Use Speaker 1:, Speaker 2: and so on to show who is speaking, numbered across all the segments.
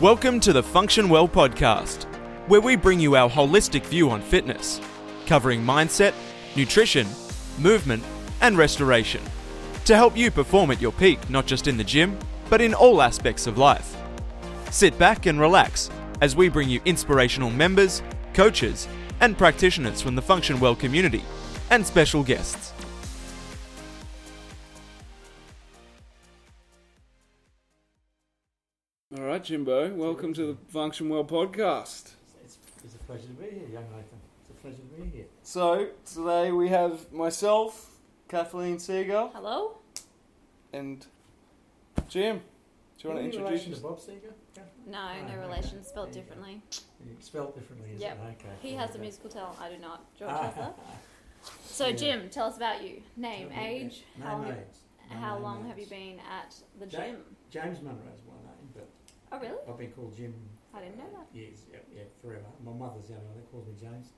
Speaker 1: Welcome to the Function Well podcast, where we bring you our holistic view on fitness, covering mindset, nutrition, movement, and restoration to help you perform at your peak, not just in the gym, but in all aspects of life. Sit back and relax as we bring you inspirational members, coaches, and practitioners from the Function Well community and special guests.
Speaker 2: All right, Jimbo, welcome to the Function Well podcast.
Speaker 3: It's, it's a pleasure to be here, young Nathan. It's a pleasure to be here.
Speaker 2: So, today we have myself, Kathleen Seagull,
Speaker 4: Hello?
Speaker 2: and Jim. Do you want
Speaker 3: Any
Speaker 2: to introduce
Speaker 3: relation to
Speaker 2: yourself?
Speaker 3: Bob Seger? Yeah.
Speaker 4: No, no
Speaker 3: okay.
Speaker 4: relation, spelt
Speaker 3: There you go.
Speaker 4: differently.
Speaker 3: Spelled differently, is
Speaker 4: Yep.
Speaker 3: it? Okay.
Speaker 4: He
Speaker 3: there
Speaker 4: has
Speaker 3: we
Speaker 4: a
Speaker 3: go.
Speaker 4: musical talent, I do not. George
Speaker 3: Ah,
Speaker 4: Arthur. So,
Speaker 3: Yeah.
Speaker 4: Jim, tell us about you. Name,
Speaker 3: Name,
Speaker 4: age,
Speaker 3: name,
Speaker 4: how,
Speaker 3: age. No
Speaker 4: how
Speaker 3: name,
Speaker 4: long
Speaker 3: age.
Speaker 4: have you been at the
Speaker 3: Ja-
Speaker 4: gym?
Speaker 3: James Munro's my name, but
Speaker 4: Oh, really?
Speaker 3: I've been called Jim.
Speaker 4: I didn't know that.
Speaker 3: Years, yeah, yeah, forever. My mother's the only one that calls me James.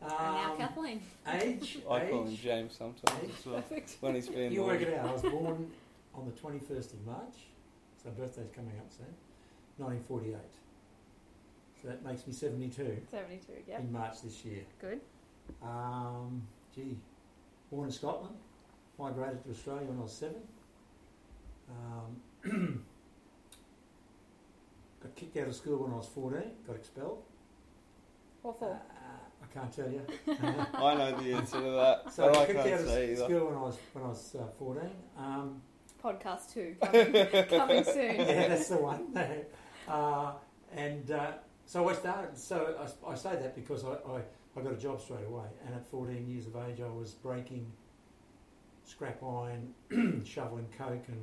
Speaker 4: and now
Speaker 3: Um,
Speaker 4: Kathleen.
Speaker 3: age,
Speaker 2: I call him
Speaker 3: age.
Speaker 2: James sometimes as well
Speaker 4: Perfect.
Speaker 2: when he's being
Speaker 3: You work
Speaker 2: naughty.
Speaker 3: it out. I was born on the 21st of March, so birthday's coming up soon. 1948. So that makes me 72
Speaker 4: 72, yep.
Speaker 3: in March this year.
Speaker 4: Good.
Speaker 3: Um, gee, born in Scotland, migrated to Australia when I was seven. Um, got kicked out of school when I was 14, got expelled. Uh,
Speaker 4: What for?
Speaker 3: I can't tell you.
Speaker 2: I know the answer to that,
Speaker 3: So
Speaker 2: but Oh, I
Speaker 3: kicked out
Speaker 2: can't
Speaker 3: of
Speaker 2: say
Speaker 3: s-
Speaker 2: either.
Speaker 3: school when I was, when I was uh, 14. Um,
Speaker 4: Podcast 2, coming, coming soon.
Speaker 3: yeah, that's the one. uh, and uh, so I started. So I s- I, say that because I, I, I got a job straight away, and at 14 years of age, I was breaking scrap iron, shoveling coke and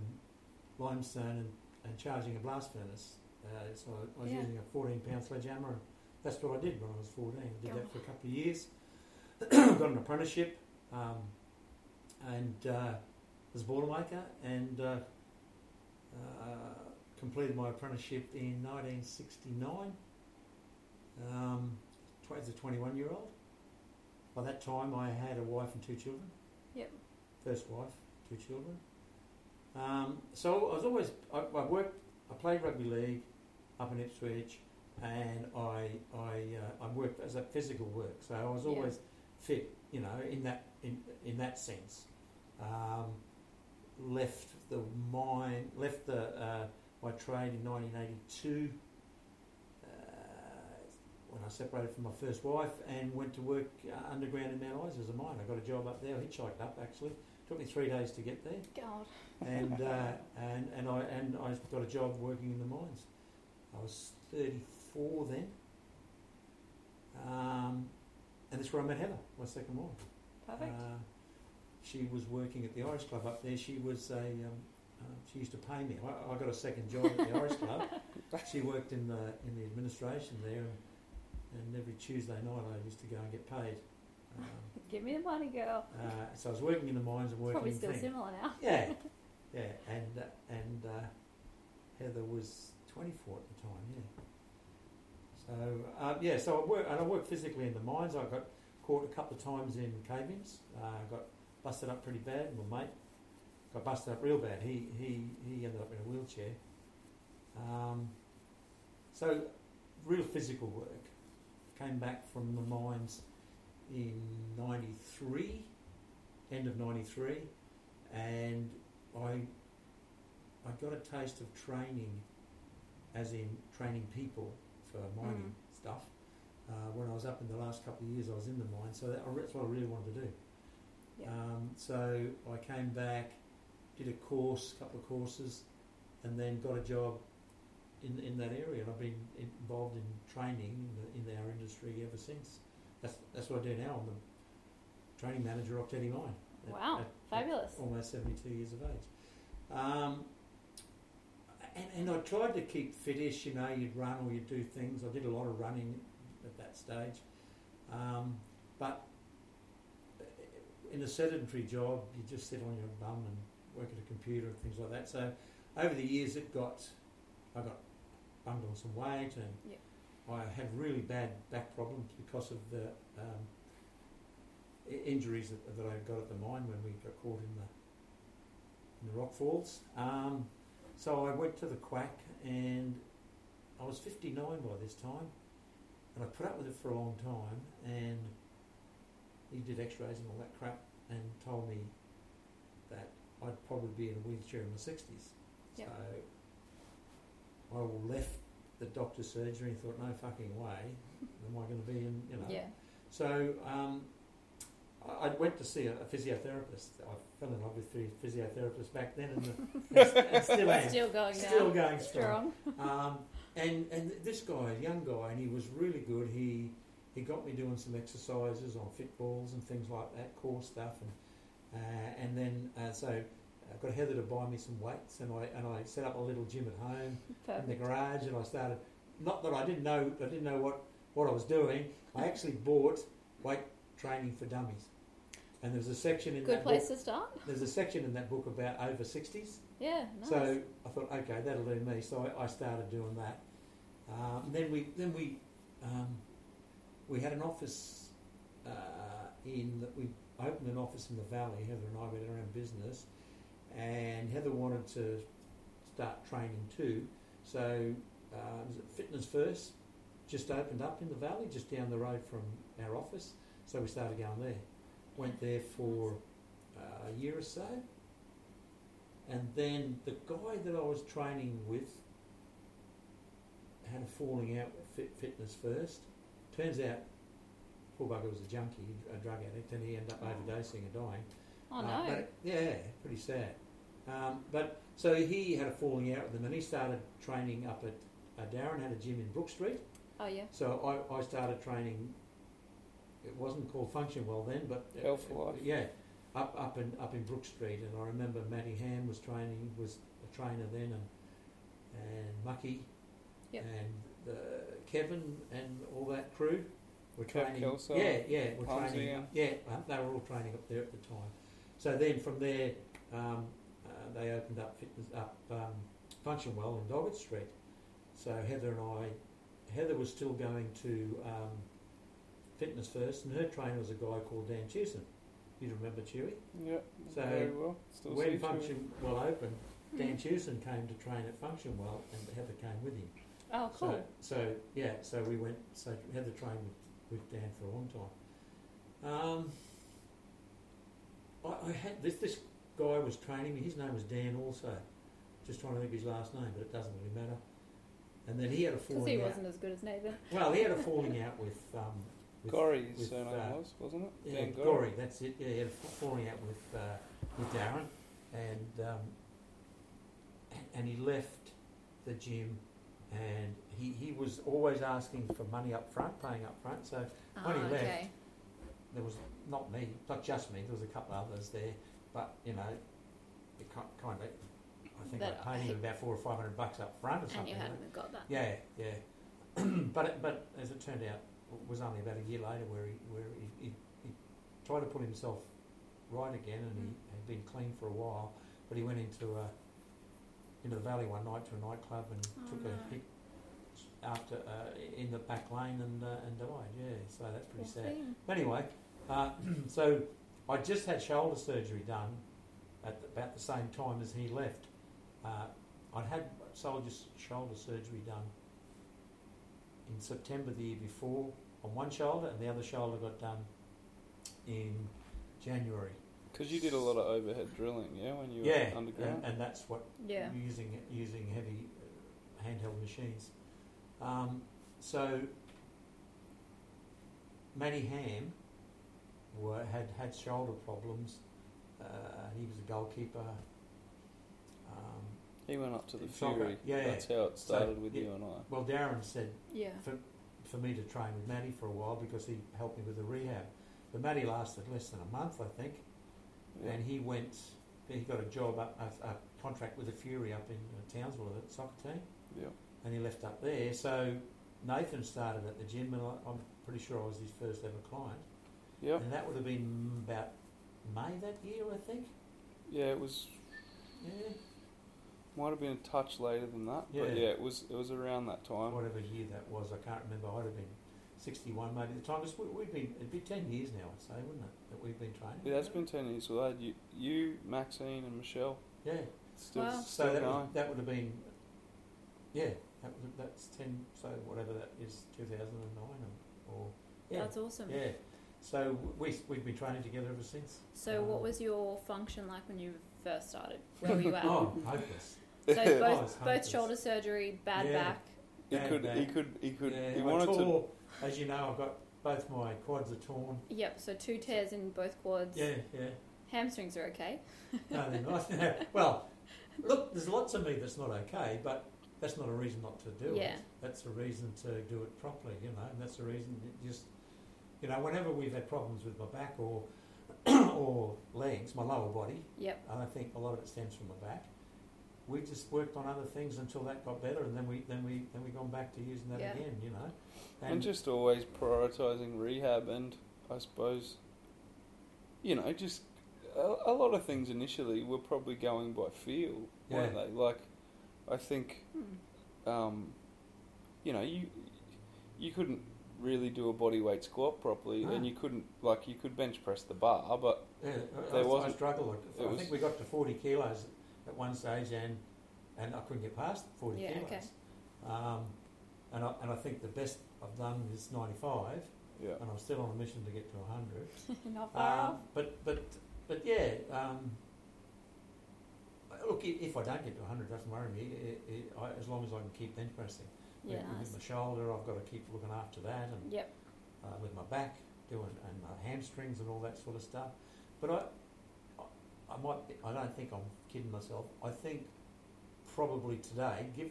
Speaker 3: limestone, and, and charging a blast furnace. Uh, so I, I was
Speaker 4: Yeah.
Speaker 3: using a 14 pound sledgehammer, and that's what I did when I was 14. I did that for a couple of years. got an apprenticeship, um, and uh, was a boilermaker, and uh, uh, completed my apprenticeship in 1969 um, tw- as a 21 year old. By that time, I had a wife and two children.
Speaker 4: Yep.
Speaker 3: First wife, two children. Um, so I was always, I, I worked, I played rugby league up in Ipswich and I, I, uh, I worked as a physical work. So I was
Speaker 4: Yeah.
Speaker 3: always fit, you know, in that, in, in that sense. Um, left the mine, left the, uh, my trade in 1982 uh, when I separated from my first wife and went to work uh, underground in Mount Isa as a miner. I got a job up there, hitchhiked up actually. Took me three days to get there,
Speaker 4: God.
Speaker 3: and uh, and and I and I got a job working in the mines. I was 34 then, um, and that's where I met Heather, my second wife.
Speaker 4: Perfect.
Speaker 3: Uh, she was working at the Irish Club up there. She was a. Um, uh, she used to pay me. I, I got a second job at the Irish Club. She worked in the in the administration there, and, and every Tuesday night I used to go and get paid. Um,
Speaker 4: Give me the money, girl.
Speaker 3: uh, so I was working in the mines and
Speaker 4: It's
Speaker 3: working.
Speaker 4: probably
Speaker 3: in
Speaker 4: still
Speaker 3: things.
Speaker 4: similar now.
Speaker 3: Yeah, yeah, and uh, and uh, Heather was 24 at the time. Yeah. So uh, yeah, so I work and I worked physically in the mines. I got caught a couple of times in cave-ins. Uh, I got busted up pretty bad. My mate got busted up real bad. He he he ended up in a wheelchair. Um, so real physical work. Came back from the mines in '93, end of '93 and I I got a taste of training, as in training people for mining stuff. Uh, when I was up in the last couple of years, I was in the mine, so that, that's what I really wanted to do.
Speaker 4: Yeah.
Speaker 3: Um, so I came back, did a course, a couple of courses, and then got a job in in that area. And I've been in- involved in training in, the, in our industry ever since. That's that's what I do now. I'm the training manager of Teddy Mine. at-
Speaker 4: Wow,
Speaker 3: at- at
Speaker 4: Fabulous.
Speaker 3: almost 72 years of age. Um, and, and I tried to keep fittish, you know, you'd run or you'd do things. I did a lot of running at that stage. Um, but in a sedentary job, you just sit on your bum and work at a computer and things like that. So over the years, it got, I got bunged on some weight and
Speaker 4: Yeah.
Speaker 3: I had really bad back problems because of the um, i- injuries that, that I got at the mine when we got caught in the in the rock falls. Um, so I went to the quack and I was 59 by this time, and I put up with it for a long time. And he did X-rays and all that crap, and told me that I'd probably be in a wheelchair in my 60s.
Speaker 4: Yep.
Speaker 3: So I left the doctor's surgery and thought, no fucking way, am I going to be in? You know.
Speaker 4: Yeah.
Speaker 3: So um, I, I went to see a, a physiotherapist. I fell in love with phy- physiotherapists back then, and, the, and, st- and still am.
Speaker 4: Still going down.
Speaker 3: Still going strong.
Speaker 4: strong.
Speaker 3: Um, and and this guy, a young guy, and he was really good. He he got me doing some exercises on fit balls and things like that, core stuff, and uh, and then uh, so I got Heather to buy me some weights, and I and I set up a little gym at home in the
Speaker 4: Perfect.
Speaker 3: garage and I started not that I didn't know I didn't know what, what I was doing. I actually bought weight training for dummies. And there's a section in
Speaker 4: Good
Speaker 3: that
Speaker 4: place
Speaker 3: book
Speaker 4: to start.
Speaker 3: there's a section in that book about over sixties.
Speaker 4: Yeah. Nice.
Speaker 3: So I thought, okay, that'll do me. So I, I started doing that. Um, then we then we um, we had an office uh, in that we opened an office in the valley. Heather and I went our own business, and Heather wanted to start training too. So uh, was it Fitness First just opened up in the valley, just down the road from our office. So we started going there. Went there for uh, a year or so. And then the guy that I was training with had a falling out with fit, Fitness First. Turns out, poor bugger was a junkie, a drug addict, and he ended up overdosing and dying.
Speaker 4: oh
Speaker 3: Uh,
Speaker 4: no.
Speaker 3: but- yeah, pretty sad. Um, but so he had a falling out with them, and he started training up at uh, Darren had a gym in Brook Street.
Speaker 4: Oh yeah.
Speaker 3: So I, I started training. It wasn't called Function Well then, but it-
Speaker 2: Health for Life.
Speaker 3: Yeah, up up in up in Brook Street, and I remember Matty Ham was training was a trainer then, and and Mucky,
Speaker 4: Yep.
Speaker 3: and the Kevin and all that crew were
Speaker 2: Kev
Speaker 3: training.
Speaker 2: Kelso,
Speaker 3: yeah, yeah, were
Speaker 2: Hamza,
Speaker 3: training. Yeah, uh, they were all training up there at the time. So then from there, um, uh, they opened up fitness up um, Function Well in Doggett Street. So Heather and I, Heather was still going to um, Fitness First, and her trainer was a guy called Dan Chewson. You remember Chewy?
Speaker 2: Yep.
Speaker 3: So,
Speaker 2: very well. Still
Speaker 3: when
Speaker 2: see through.
Speaker 3: Function Well opened, Dan Chewson came to train at Function Well, and Heather came with him.
Speaker 4: Oh cool.
Speaker 3: So, so yeah, so we went. So Heather trained with, with Dan for a long time. Um, I, I had this this guy was training me. His name was Dan also. Just trying to think of his last name, but it doesn't really matter. And then he had a
Speaker 4: Because
Speaker 3: falling
Speaker 4: he
Speaker 3: out.
Speaker 4: wasn't as good as Nathan.
Speaker 3: Well, he had a falling out with um, with
Speaker 2: Gory's
Speaker 3: with,
Speaker 2: surname
Speaker 3: uh,
Speaker 2: was, wasn't it?
Speaker 3: yeah,
Speaker 2: Dan Gorry.
Speaker 3: Gorry, that's it. Yeah, he had a fa- falling out with uh, with Darren, and um, and- and he left the gym, and he, he was always asking for money up front, paying up front. So
Speaker 4: Ah,
Speaker 3: When he left,
Speaker 4: okay.
Speaker 3: there was not me, not just me. There was a couple of others there, but you know, it kind kind of. I think
Speaker 4: That-
Speaker 3: I paid him about four or five hundred bucks up front or
Speaker 4: And you
Speaker 3: something.
Speaker 4: hadn't have got that.
Speaker 3: Yeah, yeah. but it, but as it turned out, it was only about a year later where he where he, he, he tried to put himself right again, and
Speaker 4: Mm.
Speaker 3: he had been clean for a while. But he went into a into the valley one night to a nightclub and
Speaker 4: Oh,
Speaker 3: took
Speaker 4: no.
Speaker 3: a hit after uh, in the back lane and uh, and died. Yeah, so that's
Speaker 4: Poor
Speaker 3: pretty sad.
Speaker 4: thing.
Speaker 3: But anyway, uh, so I just had shoulder surgery done at the, about the same time as he left. Uh, I'd had shoulder shoulder surgery done in September the year before on one shoulder, and the other shoulder got done in January.
Speaker 2: Because you did a lot of overhead drilling, yeah, when you were
Speaker 3: yeah,
Speaker 2: underground.
Speaker 3: and, and that's what
Speaker 4: Yeah.
Speaker 3: using using heavy uh, handheld machines. Um, so Matty Ham were, had had shoulder problems. Uh, he was a goalkeeper. Um,
Speaker 2: he went up to the
Speaker 3: Soccer,
Speaker 2: Fury.
Speaker 3: yeah, yeah.
Speaker 2: That's how it
Speaker 3: So,
Speaker 2: started with
Speaker 3: yeah.
Speaker 2: you and I.
Speaker 3: well, Darren said
Speaker 4: Yeah.
Speaker 3: for me to train with Matty for a while because he helped me with the rehab. But Matty lasted less than a month, I think,
Speaker 2: Yeah.
Speaker 3: and he went. He got a job up, a, a contract with the Fury up in uh, Townsville, at soccer team.
Speaker 2: yeah.
Speaker 3: and he left up there. So Nathan started at the gym, and I, I'm pretty sure I was his first ever client.
Speaker 2: Yep.
Speaker 3: And that would have been about May that year, I think.
Speaker 2: Yeah, it was
Speaker 3: Yeah,
Speaker 2: might have been a touch later than that.
Speaker 3: Yeah.
Speaker 2: But yeah, it was it was around that time.
Speaker 3: whatever year that was, I can't remember. I'd have been 61 maybe at the time. It's, we, we've been it'd be 10 years now, I'd say, wouldn't it? That we've been training.
Speaker 2: Yeah, that's been ten years. Well, I had you, you, Maxine, and Michelle
Speaker 3: Yeah.
Speaker 2: still
Speaker 4: Wow.
Speaker 2: Oh. still
Speaker 3: So that,
Speaker 2: going.
Speaker 3: was, that would have been yeah, That was, that's ten. So whatever that is, two thousand and nine or, or yeah,
Speaker 4: That's awesome.
Speaker 3: yeah. So we we've been training together ever since.
Speaker 4: So, what
Speaker 3: Um,
Speaker 4: was your function like when you first started? Where were you at?
Speaker 3: Oh, hopeless.
Speaker 4: So
Speaker 2: Yeah.
Speaker 3: Oh,
Speaker 4: both
Speaker 3: it's
Speaker 4: both
Speaker 3: hopeless.
Speaker 4: shoulder surgery, bad
Speaker 3: Yeah.
Speaker 4: back.
Speaker 2: He
Speaker 3: Yeah,
Speaker 2: could,
Speaker 3: yeah.
Speaker 2: he could, he could,
Speaker 3: Yeah,
Speaker 2: he
Speaker 3: I'm
Speaker 2: wanted to.
Speaker 3: tall. As you know, I've got both my quads are torn.
Speaker 4: Yep. So two tears in both quads.
Speaker 3: Yeah, yeah.
Speaker 4: Hamstrings are okay.
Speaker 3: No, they're not. well, look, there's lots of me that's not okay, but that's not a reason not to do it.
Speaker 4: Yeah.
Speaker 3: That's a reason to do it properly, you know, and that's a reason it just, you know, whenever we've had problems with my back or or legs, my lower body,
Speaker 4: Yep.
Speaker 3: and I think a lot of it stems from the back. We just worked on other things until that got better, and then we then we then we gone back to using that
Speaker 4: Yeah.
Speaker 3: again, you know.
Speaker 2: And just always prioritising rehab and I suppose, you know, just a, a lot of things initially were probably going by feel, weren't
Speaker 3: Yeah.
Speaker 2: they? Like, I think,
Speaker 4: Hmm.
Speaker 2: um, you know, you you couldn't really do a body weight squat properly,
Speaker 3: No.
Speaker 2: and you couldn't like you could bench press the bar, but
Speaker 3: Yeah,
Speaker 2: There
Speaker 3: I, I
Speaker 2: wasn't-
Speaker 3: struggled. I
Speaker 2: it was-
Speaker 3: think we got to 40 kilos at one stage, and and I couldn't get past 40
Speaker 4: Yeah,
Speaker 3: kilos.
Speaker 4: okay.
Speaker 3: Um, and I, and I think the best I've done is 95,
Speaker 2: yeah,
Speaker 3: and I'm still on a mission to get to 100.
Speaker 4: Not far off.
Speaker 3: Um, but but but yeah. Um, look, i- if I don't get to 100, it doesn't worry me. It, it, I, as long as I can keep bench pressing. With-
Speaker 4: Yeah.
Speaker 3: with
Speaker 4: Nice.
Speaker 3: my shoulder, I've got to keep looking after that, and
Speaker 4: Yep.
Speaker 3: uh, with my back doing and my hamstrings and all that sort of stuff. But I, I, I might be, I don't think I'm kidding myself. I think probably today, give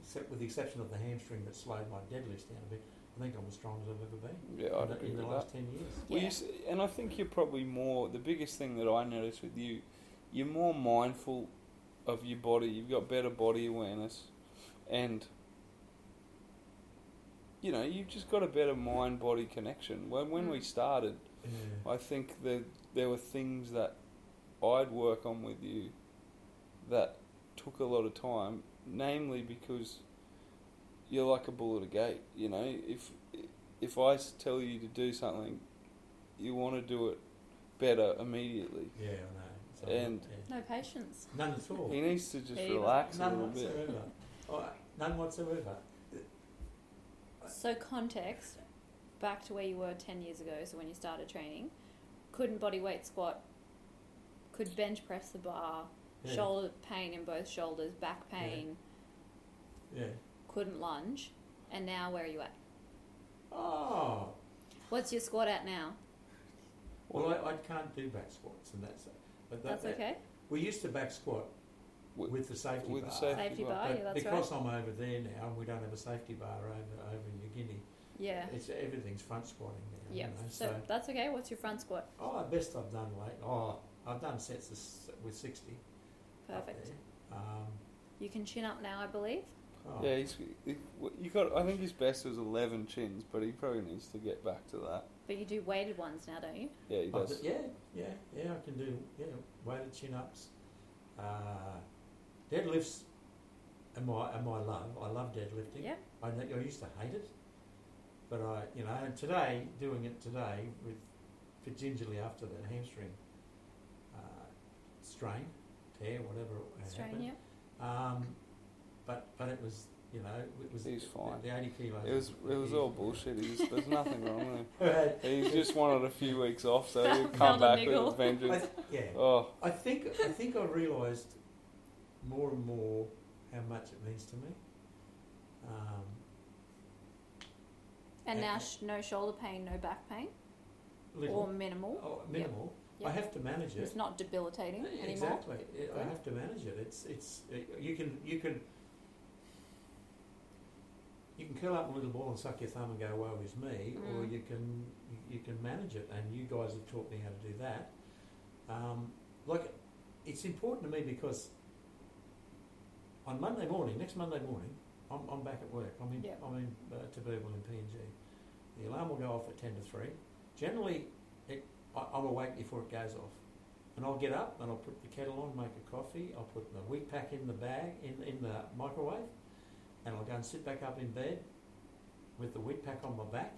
Speaker 3: except with the exception of the hamstring that slowed my deadlift down a bit, I think I'm as strong as I've ever been
Speaker 2: yeah, I'd
Speaker 3: in, the-
Speaker 2: agree
Speaker 3: in the
Speaker 2: with that.
Speaker 3: last ten years.
Speaker 2: Well, you
Speaker 4: Yeah.
Speaker 2: s and I think you're probably more the biggest thing that I notice with you, you're more mindful of your body. You've got better body awareness, and you know you've just got a better mind body connection. When
Speaker 3: Hmm.
Speaker 2: when we
Speaker 4: Mm.
Speaker 2: started,
Speaker 3: Yeah.
Speaker 2: I think that there were things that I'd work on with you that took a lot of time, namely because you're like a bull at a gate. You know, if if I s- tell you to do something, you want to do it better immediately.
Speaker 3: Yeah, I know.
Speaker 2: And-
Speaker 3: yeah.
Speaker 4: No patience.
Speaker 3: none at all.
Speaker 2: He needs to just
Speaker 4: Yeah, you-
Speaker 2: relax a
Speaker 3: None
Speaker 2: little bit.
Speaker 3: whatsoever. Oh, none whatsoever.
Speaker 4: So context, back to where you were ten years ago. So when you started training, couldn't body weight squat, could bench press the bar,
Speaker 3: Yeah.
Speaker 4: shoulder pain in both shoulders, back pain,
Speaker 3: Yeah.
Speaker 4: couldn't lunge, and now where are you at?
Speaker 3: Oh.
Speaker 4: What's your squat at now?
Speaker 3: Well, I, I can't do back squats, and that's but that,
Speaker 4: That's
Speaker 3: that-
Speaker 4: okay.
Speaker 3: We used to back squat
Speaker 2: With-
Speaker 3: with, the safety
Speaker 2: with the
Speaker 3: bar.
Speaker 2: safety
Speaker 4: Safety
Speaker 2: bar.
Speaker 4: bar,
Speaker 3: but
Speaker 4: yeah, that's right.
Speaker 3: because I'm over there now, and we don't have a safety bar over over in New Guinea.
Speaker 4: Yeah.
Speaker 3: It's everything's front squatting now.
Speaker 4: Yeah.
Speaker 3: You know,
Speaker 4: So that's okay. What's your front squat?
Speaker 3: oh, the best I've done late. Oh, I've done sets of s- with sixty. up
Speaker 4: Perfect.
Speaker 3: there. Um,
Speaker 4: You can chin up now, I believe.
Speaker 3: oh,
Speaker 2: Yeah, he's, he, you got. I think his best was eleven chins, but he probably needs to get back to that.
Speaker 4: But you do weighted ones now, don't you?
Speaker 2: Yeah, he
Speaker 3: Oh,
Speaker 2: does.
Speaker 3: th- yeah, yeah, yeah. I can do yeah weighted chin ups, uh, deadlifts. Am I am I love? I love deadlifting.
Speaker 4: Yeah.
Speaker 3: I, kn- I used to hate it, but I you know and today doing it today with particularly after that hamstring uh, strain, tear, whatever it
Speaker 4: Strain,
Speaker 3: happened.
Speaker 4: yeah.
Speaker 3: Um, but but it was you know it was
Speaker 2: He was
Speaker 3: the-
Speaker 2: fine.
Speaker 3: The, eighty kilos.
Speaker 2: It was it was all bullshit. He's, there's nothing wrong with him.
Speaker 3: yeah,
Speaker 2: He just wanted a few weeks off, so he'll
Speaker 4: Found
Speaker 2: come
Speaker 4: a
Speaker 2: back
Speaker 4: niggle.
Speaker 2: with a vengeance. Oh,
Speaker 3: I think I think I realised more and more how much it means to me. Um,
Speaker 4: And now
Speaker 3: Yeah.
Speaker 4: sh- no shoulder pain, no back pain, or
Speaker 3: little,
Speaker 4: minimal.
Speaker 3: oh, minimal.
Speaker 4: Yeah.
Speaker 3: I have to manage it.
Speaker 4: It's not debilitating
Speaker 3: Yeah,
Speaker 4: anymore.
Speaker 3: Exactly. It- I
Speaker 4: Right.
Speaker 3: have to manage it. It's it's it, you can you can you can curl up in a little ball and suck your thumb and go woe is me, or
Speaker 4: Mm.
Speaker 3: you can you can manage it. And you guys have taught me how to do that. Um, like it's important to me because on Monday morning, next Monday morning, I'm, I'm back at work. I'm in
Speaker 4: Yep.
Speaker 3: I'm in uh, Taberville in PNG. The alarm will go off at ten to three. Generally, it, I, I'm awake before it goes off. And I'll get up and I'll put the kettle on, make a coffee. I'll put the wheat pack in the bag, in, in the microwave, and I'll go and sit back up in bed with the wheat pack on my back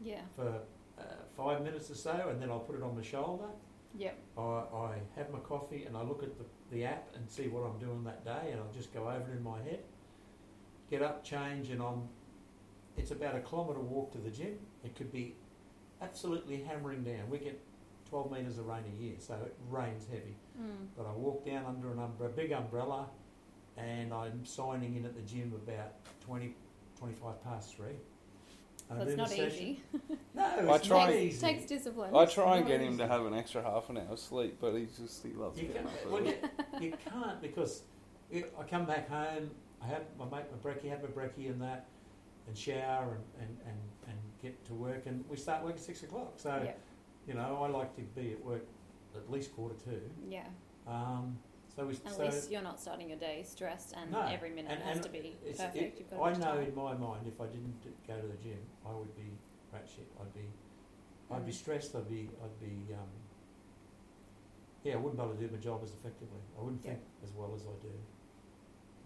Speaker 4: Yeah.
Speaker 3: for uh, five minutes or so, and then I'll put it on my shoulder.
Speaker 4: Yep.
Speaker 3: I, I have my coffee and I look at the, the app and see what I'm doing that day, and I'll just go over it in my head. get up, change, and I'm. It's about a kilometre walk to the gym. It could be absolutely hammering down. We get 12 metres of rain a year, so it rains heavy.
Speaker 4: Mm.
Speaker 3: But I walk down under an umbrella, big umbrella, and I'm signing in at the gym about 20, 25 past three. And I
Speaker 4: So
Speaker 3: do
Speaker 4: it's
Speaker 3: the
Speaker 4: not
Speaker 3: session-
Speaker 4: easy.
Speaker 3: No,
Speaker 2: I
Speaker 3: it's
Speaker 2: try-
Speaker 3: not
Speaker 4: takes,
Speaker 3: easy.
Speaker 4: takes discipline.
Speaker 2: I try and
Speaker 4: It's
Speaker 2: get
Speaker 4: not
Speaker 2: him to
Speaker 4: easy.
Speaker 2: have an extra half an hour's sleep, but he just he loves
Speaker 3: You
Speaker 2: getting
Speaker 3: can't,
Speaker 2: up
Speaker 3: well,
Speaker 2: early.
Speaker 3: you, you can't because it, I come back home, I have my mate my brekkie, have my brekkie and that, and shower and, and, and, and get to work, and we start work at six o'clock. So,
Speaker 4: Yeah.
Speaker 3: you know, I like to be at work at least quarter two.
Speaker 4: Yeah.
Speaker 3: Um, so we
Speaker 4: At
Speaker 3: so
Speaker 4: least you're not starting your day stressed and
Speaker 3: No,
Speaker 4: every minute
Speaker 3: and-
Speaker 4: has
Speaker 3: and
Speaker 4: to be
Speaker 3: it's-
Speaker 4: perfect.
Speaker 3: it-
Speaker 4: You've got to
Speaker 3: I
Speaker 4: watch
Speaker 3: know
Speaker 4: time.
Speaker 3: in my mind if I didn't d- go to the gym, I would be ratchet. I'd be, I'd be
Speaker 4: Mm.
Speaker 3: stressed. I'd be, I'd be, um, yeah, I wouldn't be able to do my job as effectively. I wouldn't
Speaker 4: Yeah.
Speaker 3: think as well as I do,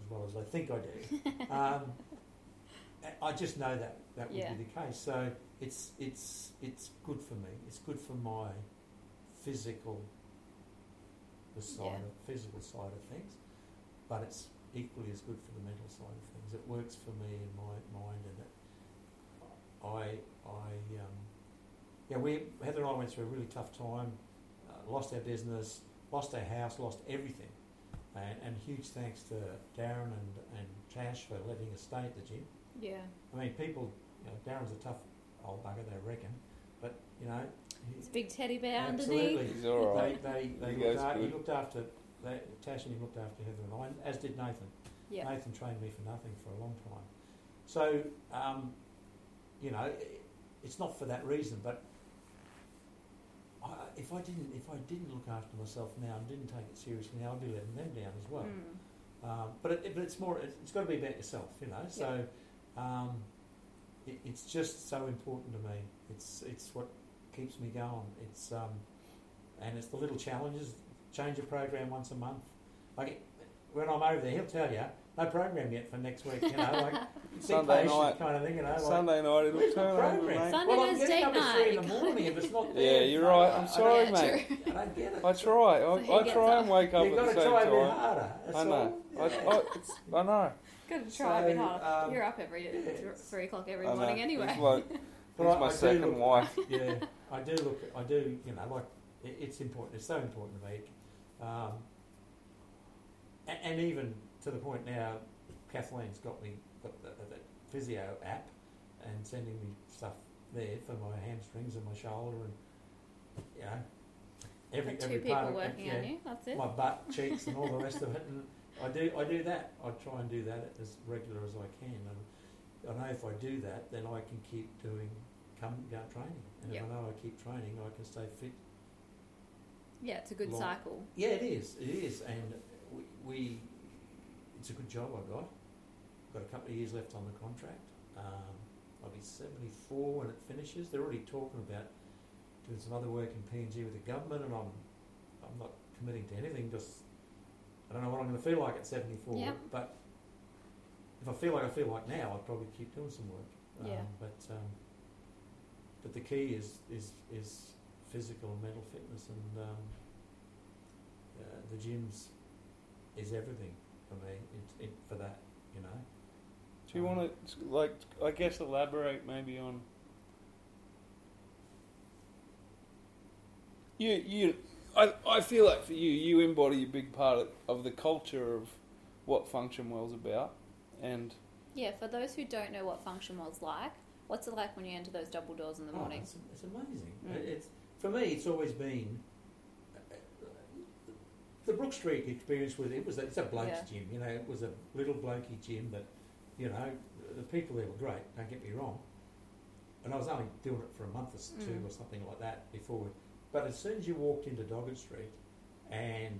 Speaker 3: as well as I think I do. um, I- I just know that that would
Speaker 4: Yeah.
Speaker 3: be the case. So it's it's it's good for me. It's good for my physical, the side
Speaker 4: Yeah.
Speaker 3: of, physical side of things but it's equally as good for the mental side of things. It works for me and my mind, and it, I, I, um, yeah, we Heather and I went through a really tough time, uh, lost our business, lost our house, lost everything, and, and huge thanks to Darren and and Tash for letting us stay at the gym.
Speaker 4: Yeah.
Speaker 3: I mean, people, you know, Darren's a tough old bugger, they reckon, but you know, he-
Speaker 4: It's a big teddy bear
Speaker 3: Absolutely.
Speaker 4: underneath.
Speaker 2: He's all right.
Speaker 3: they they, they
Speaker 2: He
Speaker 3: looked,
Speaker 2: goes
Speaker 3: a- he
Speaker 2: good.
Speaker 3: looked after they, Tash and he looked after Heather and I, and as did Nathan.
Speaker 4: Yeah.
Speaker 3: Nathan trained me for nothing for a long time. So, um, you know, i- it's not for that reason, but I, if I didn't, if I didn't look after myself now and didn't take it seriously now, I'd be letting them down as well.
Speaker 4: Mm.
Speaker 3: Um, but it, but it's more, it's, it's got to be about yourself, you know. So, um, it, it's just so important to me. It's it's what keeps me going. It's um, and it's the little challenges. Change a program once a month. Like when I'm over there, he'll tell you no program yet for next week. You know, like be
Speaker 2: Sunday
Speaker 3: patient
Speaker 2: night.
Speaker 3: kind of thing. You know, like,
Speaker 2: Sunday night it'll
Speaker 3: where's my
Speaker 2: turn over,
Speaker 3: program?
Speaker 2: mate.
Speaker 4: Sunday
Speaker 3: well, I'm
Speaker 4: night's
Speaker 3: getting
Speaker 4: date
Speaker 3: up at three in
Speaker 4: night.
Speaker 3: the morning if it's not
Speaker 2: Yeah,
Speaker 3: there.
Speaker 2: you're
Speaker 3: No,
Speaker 2: right.
Speaker 3: I-
Speaker 2: I'm
Speaker 3: I
Speaker 2: sorry,
Speaker 4: yeah,
Speaker 2: mate.
Speaker 4: true.
Speaker 3: don't- I don't get it.
Speaker 2: I try. I,
Speaker 4: So he
Speaker 2: I
Speaker 4: gets
Speaker 2: try
Speaker 4: up.
Speaker 2: and wake up at
Speaker 3: You've got
Speaker 2: the
Speaker 3: to
Speaker 2: same
Speaker 3: try a bit
Speaker 2: time.
Speaker 3: harder. That's
Speaker 2: I know.
Speaker 3: all.
Speaker 2: I, I, it's, I know.
Speaker 4: Got to try a bit
Speaker 3: So,
Speaker 4: harder.
Speaker 3: um,
Speaker 4: You're up every
Speaker 3: yeah,
Speaker 4: th-
Speaker 3: it's-
Speaker 4: three o'clock every
Speaker 2: I know.
Speaker 4: morning anyway.
Speaker 2: He's my,
Speaker 3: But
Speaker 2: he's
Speaker 3: I-
Speaker 2: my
Speaker 3: I do
Speaker 2: second
Speaker 3: look-
Speaker 2: wife.
Speaker 3: yeah, I do look. I do. You know, like it, it's important. It's so important to me. Um, and, and even to the point now, Kathleen's got me got the, the physio app and sending me stuff there for my hamstrings and my shoulder and you know every
Speaker 4: Got two
Speaker 3: every part
Speaker 4: people
Speaker 3: of
Speaker 4: working
Speaker 3: yeah,
Speaker 4: on you. That's it.
Speaker 3: my butt cheeks and all the rest of it and I do I do that I try and do that as regular as I can and I know if I do that then I can keep doing come go training and
Speaker 4: Yep.
Speaker 3: if I know I keep training I can stay fit
Speaker 4: Yeah, it's a good
Speaker 3: Long-
Speaker 4: cycle.
Speaker 3: yeah it is it is and we, we it's a good job I got got a couple of years left on the contract um, I'll be 74 when it finishes they're already talking about doing some other work in PNG with the government and I'm I'm not committing to anything just I don't know what I'm going to feel like at 74
Speaker 4: Yep.
Speaker 3: but if I feel like I feel like now I'd probably keep doing some work
Speaker 4: Yeah.
Speaker 3: um, but um, but the key is is is physical and mental fitness and um, uh, the gyms is everything for me it, it, for that you know
Speaker 2: Do you want to, like, I guess elaborate maybe on. You, you, I, I feel like for you, you embody a big part of, of the culture of what Function Well's about. And
Speaker 4: Yeah, for those who don't know what function well's like, what's it like when you enter those double doors in the
Speaker 3: Oh,
Speaker 4: morning?
Speaker 3: it's, it's amazing.
Speaker 4: Mm.
Speaker 3: It- It's for me. It's always been uh, the Brook Street experience. Was it was a, it's a blokes'
Speaker 4: Yeah.
Speaker 3: gym. You know, it was a little blokey gym that, you know, the people there were great. Don't get me wrong. And I was only doing it for a month or s- two
Speaker 4: Mm.
Speaker 3: or something like that before. But as soon as you walked into Doggett Street, and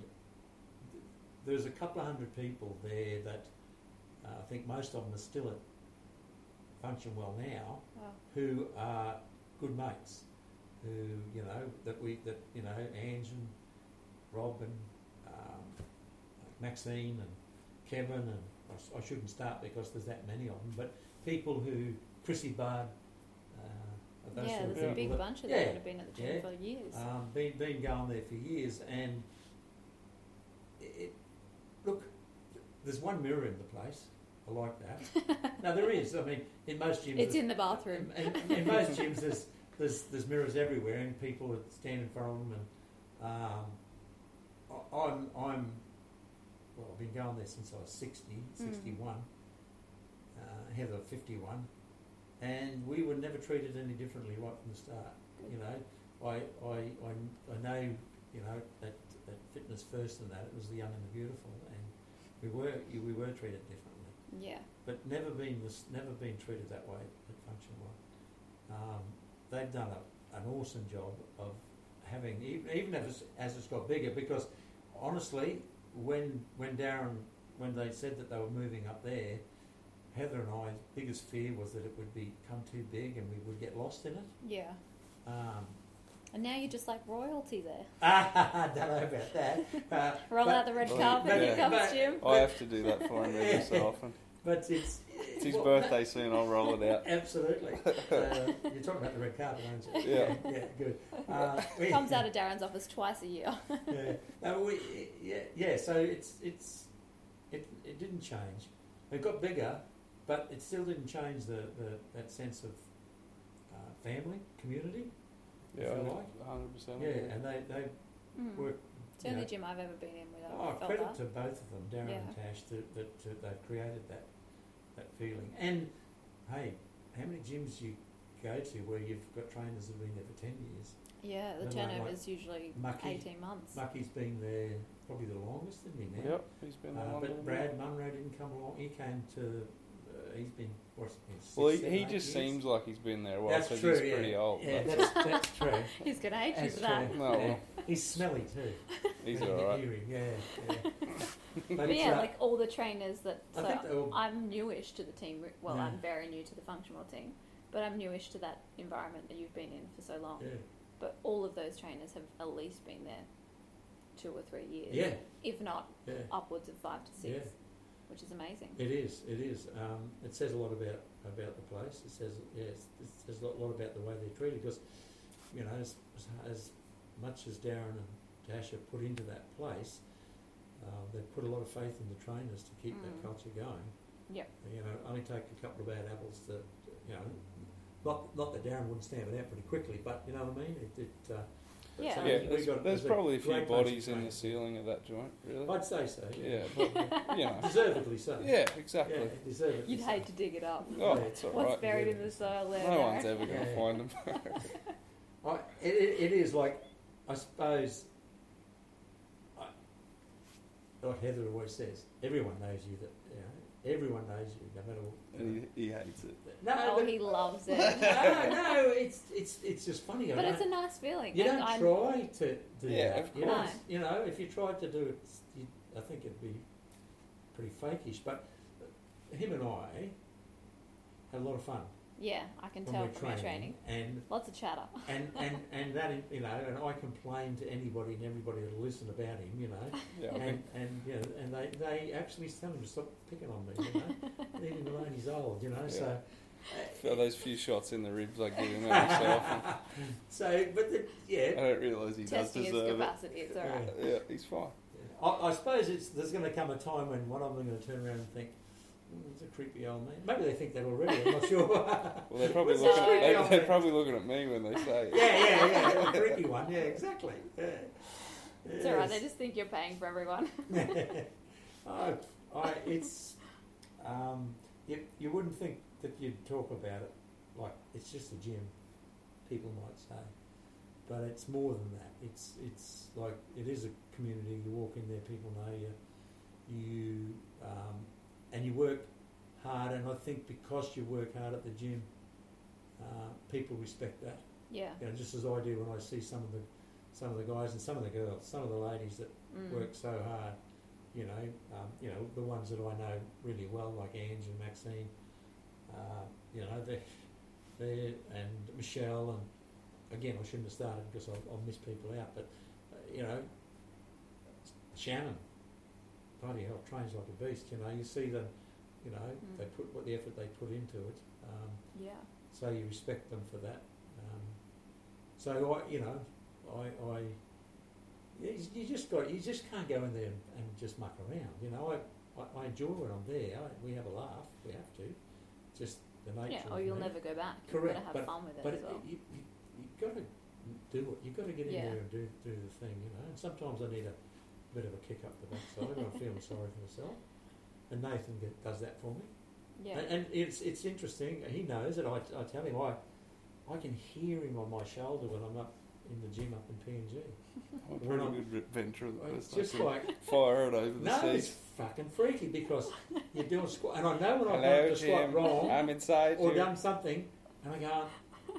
Speaker 3: th- there was a couple of hundred people there that uh, I think most of them are still at Function Well now
Speaker 4: Wow.
Speaker 3: who are good mates, who you know that we that you know Ange and Rob and um, Maxine and Kevin and I, s- I shouldn't start because there's that many of them, but people who Chrissy Bard, uh, those
Speaker 4: Yeah,
Speaker 3: sort of
Speaker 4: there's a
Speaker 3: people
Speaker 4: big
Speaker 3: that-
Speaker 4: bunch of them
Speaker 3: yeah,
Speaker 4: that have been at the gym
Speaker 3: yeah.
Speaker 4: for years.
Speaker 3: um, been been going there for years, and it, it look, there's one mirror in the place. I like that. no, there is. I mean, in most gyms,
Speaker 4: It's in the bathroom.
Speaker 3: in, in, in most gyms, there's, there's there's mirrors everywhere, and people would stand in front of them. And um, I, I'm I'm well, I've been going there since I was 60,
Speaker 4: Mm.
Speaker 3: 61. Uh, Heather 51, and we were never treated any differently right from the start. You know, I I I, I know you know that, that fitness first and that it was the young and the beautiful, and we were we were treated differently
Speaker 4: Yeah.
Speaker 3: but never been was never been treated that way at Function One. Um, they've done a, an awesome job of having even, even as, it's- as it's got bigger because honestly, when when Darren when they said that they were moving up there, Heather and I's biggest fear was that it would become too big and we would get lost in it.
Speaker 4: Yeah.
Speaker 3: Um,
Speaker 4: And now you're just like royalty there.
Speaker 3: I don't know about that. Uh,
Speaker 4: Roll
Speaker 3: but-
Speaker 4: out the red
Speaker 2: Well,
Speaker 4: carpet,
Speaker 2: yeah.
Speaker 4: here comes
Speaker 3: But-
Speaker 4: Jim.
Speaker 2: I have to do that for him every so often.
Speaker 3: but it's
Speaker 2: It's his
Speaker 3: well,
Speaker 2: birthday soon. I'll roll it out.
Speaker 3: Absolutely. Uh, you're talking about the red carpet, aren't you?
Speaker 2: Yeah.
Speaker 3: Yeah, good. Uh, we-
Speaker 4: Comes out of Darren's office twice a year.
Speaker 3: yeah. No, we, yeah, yeah. So it's it's it it didn't change. It got bigger, but it still didn't change the, the that sense of uh, family, community.
Speaker 2: Yeah,
Speaker 3: If you
Speaker 2: hundred percent.
Speaker 3: Yeah, and they they
Speaker 4: Mm.
Speaker 3: were.
Speaker 4: It's
Speaker 3: You
Speaker 4: the
Speaker 3: know,
Speaker 4: only gym I've ever been in without
Speaker 3: oh,
Speaker 4: felt
Speaker 3: credit
Speaker 4: that.
Speaker 3: to both of them, Darren and Tash, that, that, that they've created that that feeling. And hey, how many gyms you go to where you've got trainers that have been there for ten years?
Speaker 4: Yeah,
Speaker 3: Never
Speaker 4: the
Speaker 3: mind,
Speaker 4: turnover
Speaker 3: like,
Speaker 4: is usually
Speaker 3: mucky-
Speaker 4: 18 months.
Speaker 3: Mucky's been there probably the longest, didn't he? Now.
Speaker 2: Yep, he's been there
Speaker 3: Uh,
Speaker 2: longer
Speaker 3: but
Speaker 2: than
Speaker 3: Brad Munro didn't come along. He came to. Uh, he's been what's it been?
Speaker 2: me.
Speaker 3: Six,
Speaker 2: Well, he,
Speaker 3: seven,
Speaker 2: he
Speaker 3: eight
Speaker 2: just
Speaker 3: years?
Speaker 2: seems like he's been there a while
Speaker 3: That's
Speaker 2: because
Speaker 3: true.
Speaker 2: he's
Speaker 3: yeah.
Speaker 2: pretty old.
Speaker 3: Yeah,
Speaker 2: but
Speaker 3: that's, that's true.
Speaker 4: He's going to hate you
Speaker 3: That's
Speaker 4: for
Speaker 3: true.
Speaker 4: that.
Speaker 2: No,
Speaker 3: yeah.
Speaker 2: well.
Speaker 3: He's smelly too.
Speaker 2: he's
Speaker 3: You can
Speaker 2: all right.
Speaker 3: hear him, Yeah. yeah.
Speaker 4: But
Speaker 3: it's,
Speaker 4: yeah,
Speaker 3: uh,
Speaker 4: like all the trainers that.
Speaker 3: I
Speaker 4: So
Speaker 3: think they were.
Speaker 4: I'm newish to the team. Well,
Speaker 3: Yeah.
Speaker 4: I'm very new to the functional team, but I'm newish to that environment that you've been in for so long.
Speaker 3: Yeah.
Speaker 4: But all of those trainers have at least been there two or three years,
Speaker 3: yeah,
Speaker 4: if not
Speaker 3: yeah,
Speaker 4: upwards of five to six,
Speaker 3: Yeah.
Speaker 4: which is amazing.
Speaker 3: It is. It is. Um, it says a lot about about the place. It says yes. It says a lot, lot about the way they're treated because, you know, as, as as much as Darren and Dash have put into that place, uh, they've put a lot of faith in the trainers to keep
Speaker 4: Mm.
Speaker 3: that culture going.
Speaker 4: Yep.
Speaker 3: You know, only take a couple of bad apples to, you know, not not that Darren wouldn't stamp it out pretty quickly, but you know what I mean. It, it uh,
Speaker 4: Yeah.
Speaker 3: so
Speaker 4: Um,
Speaker 2: Yeah,
Speaker 3: we
Speaker 2: there's,
Speaker 3: got-
Speaker 2: there's
Speaker 3: there's a
Speaker 2: probably a few
Speaker 3: great bunch of
Speaker 2: bodies in the
Speaker 3: trainers.
Speaker 2: ceiling of that joint, really.
Speaker 3: I'd say so.
Speaker 2: Yeah,
Speaker 3: yeah.
Speaker 2: You know.
Speaker 3: deservedly so.
Speaker 2: Yeah,
Speaker 3: Yeah,
Speaker 2: exactly.
Speaker 3: deservedely.
Speaker 4: You'd
Speaker 3: so.
Speaker 4: hate to dig it up.
Speaker 2: Oh, it's all
Speaker 4: What's
Speaker 2: right.
Speaker 4: buried
Speaker 3: yeah.
Speaker 4: in the soil there?
Speaker 2: No one's
Speaker 4: there.
Speaker 2: ever going to
Speaker 3: Yeah.
Speaker 2: find them.
Speaker 3: I, it, it it is like, I suppose, I, like Heather always says, everyone knows you. That you know, everyone knows you, no matter what.
Speaker 2: And he, he hates it.
Speaker 3: no,
Speaker 4: Oh,
Speaker 3: but-
Speaker 4: he loves it.
Speaker 3: no, no, it's it's it's just funny. I
Speaker 4: But it's a
Speaker 3: don't-
Speaker 4: nice feeling.
Speaker 3: you
Speaker 4: and
Speaker 3: don't
Speaker 4: I'm-
Speaker 3: try to do
Speaker 2: Yeah,
Speaker 3: that.
Speaker 2: of
Speaker 3: you, don't,
Speaker 4: course.
Speaker 3: you know, if you tried to do it, you, I think it'd be pretty fakish. But him and I had a lot of fun
Speaker 4: Yeah, I can
Speaker 3: when
Speaker 4: tell
Speaker 3: we're
Speaker 4: from your training.
Speaker 3: and
Speaker 4: Lots of chatter.
Speaker 3: and, and, and that is- you know, and I complained to anybody and everybody that listened about him, you know,
Speaker 2: Yeah, I think
Speaker 3: and and you know, and they, they actually tell him to stop picking on me, you know, leave him alone. He's old, you know. So
Speaker 2: for those few shots in the ribs I give him every so often,
Speaker 3: so, but the,
Speaker 2: I
Speaker 3: yeah,
Speaker 2: don't realise he does
Speaker 4: Testing his
Speaker 2: deserve it.
Speaker 4: capacity. It's all right.
Speaker 2: Yeah, he's fine.
Speaker 3: I, I suppose it's there's going to come a time when one of them are going to turn around and think. "Mm, It's a creepy old man. Maybe they think that already. I'm not sure.
Speaker 2: Well, they're probably
Speaker 3: What's
Speaker 2: looking.
Speaker 4: that?
Speaker 2: At, they, they're probably looking at me when they say it.
Speaker 3: yeah, yeah, yeah. A creepy one. Yeah, exactly. Yeah.
Speaker 4: It's all
Speaker 3: Yes.
Speaker 4: right. They just think you're paying for everyone.
Speaker 3: I, I, it's um, you, you wouldn't think that you'd talk about it like it's just a gym people might say but it's more than that it's it's like it is a community you walk in there people know you you um, and you work hard and I think because you work hard at the gym uh, people respect that
Speaker 4: Yeah.
Speaker 3: you know just as I do when I see some of the some of the guys and some of the girls some of the ladies that
Speaker 4: Mm.
Speaker 3: work so hard. You know, um, you know the ones that I know really well, like Ange and Maxine. Uh, you know, they, they and Michelle and again, I shouldn't have started because I'll, I'll miss people out. But uh, you know, Shannon, bloody hell, trains like a beast. You know, you see them. You know,
Speaker 4: Mm.
Speaker 3: they put what the effort they put into it. Um,
Speaker 4: Yeah.
Speaker 3: so you respect them for that. Um, so I, you know, I, I you, you just got, you just can't go in there and, and just muck around. You know, I, I, I enjoy when I'm there. I, we have a laugh. We have to. Just the nature.
Speaker 4: Yeah,
Speaker 3: of
Speaker 4: or you'll
Speaker 3: it.
Speaker 4: never go back. You've
Speaker 3: Correct,
Speaker 4: got to have fun with it
Speaker 3: But
Speaker 4: as
Speaker 3: it,
Speaker 4: well.
Speaker 3: you, you, you've got to do what you've got to get in
Speaker 4: Yeah.
Speaker 3: there and do, do the thing, you know. And sometimes I need a bit of a kick up the backside when I'm feeling sorry for myself. And Nathan get, does that for me.
Speaker 4: yeah.
Speaker 3: And, and it's it's interesting. He knows it. I, I tell him I I can hear him on my shoulder when I'm up in the gym up in PNG.
Speaker 2: I'm a
Speaker 3: We're
Speaker 2: pretty
Speaker 3: not-
Speaker 2: good re- venturer though.
Speaker 3: It's
Speaker 2: It's
Speaker 3: just like
Speaker 2: fire it over the
Speaker 3: no, it's
Speaker 2: seas.
Speaker 3: fucking freaky because you're doing squat, and I know when I've
Speaker 2: Hello,
Speaker 3: done the squat
Speaker 2: Jim.
Speaker 3: wrong.
Speaker 2: I'm inside
Speaker 3: or
Speaker 2: you.
Speaker 3: done something, and I go, oh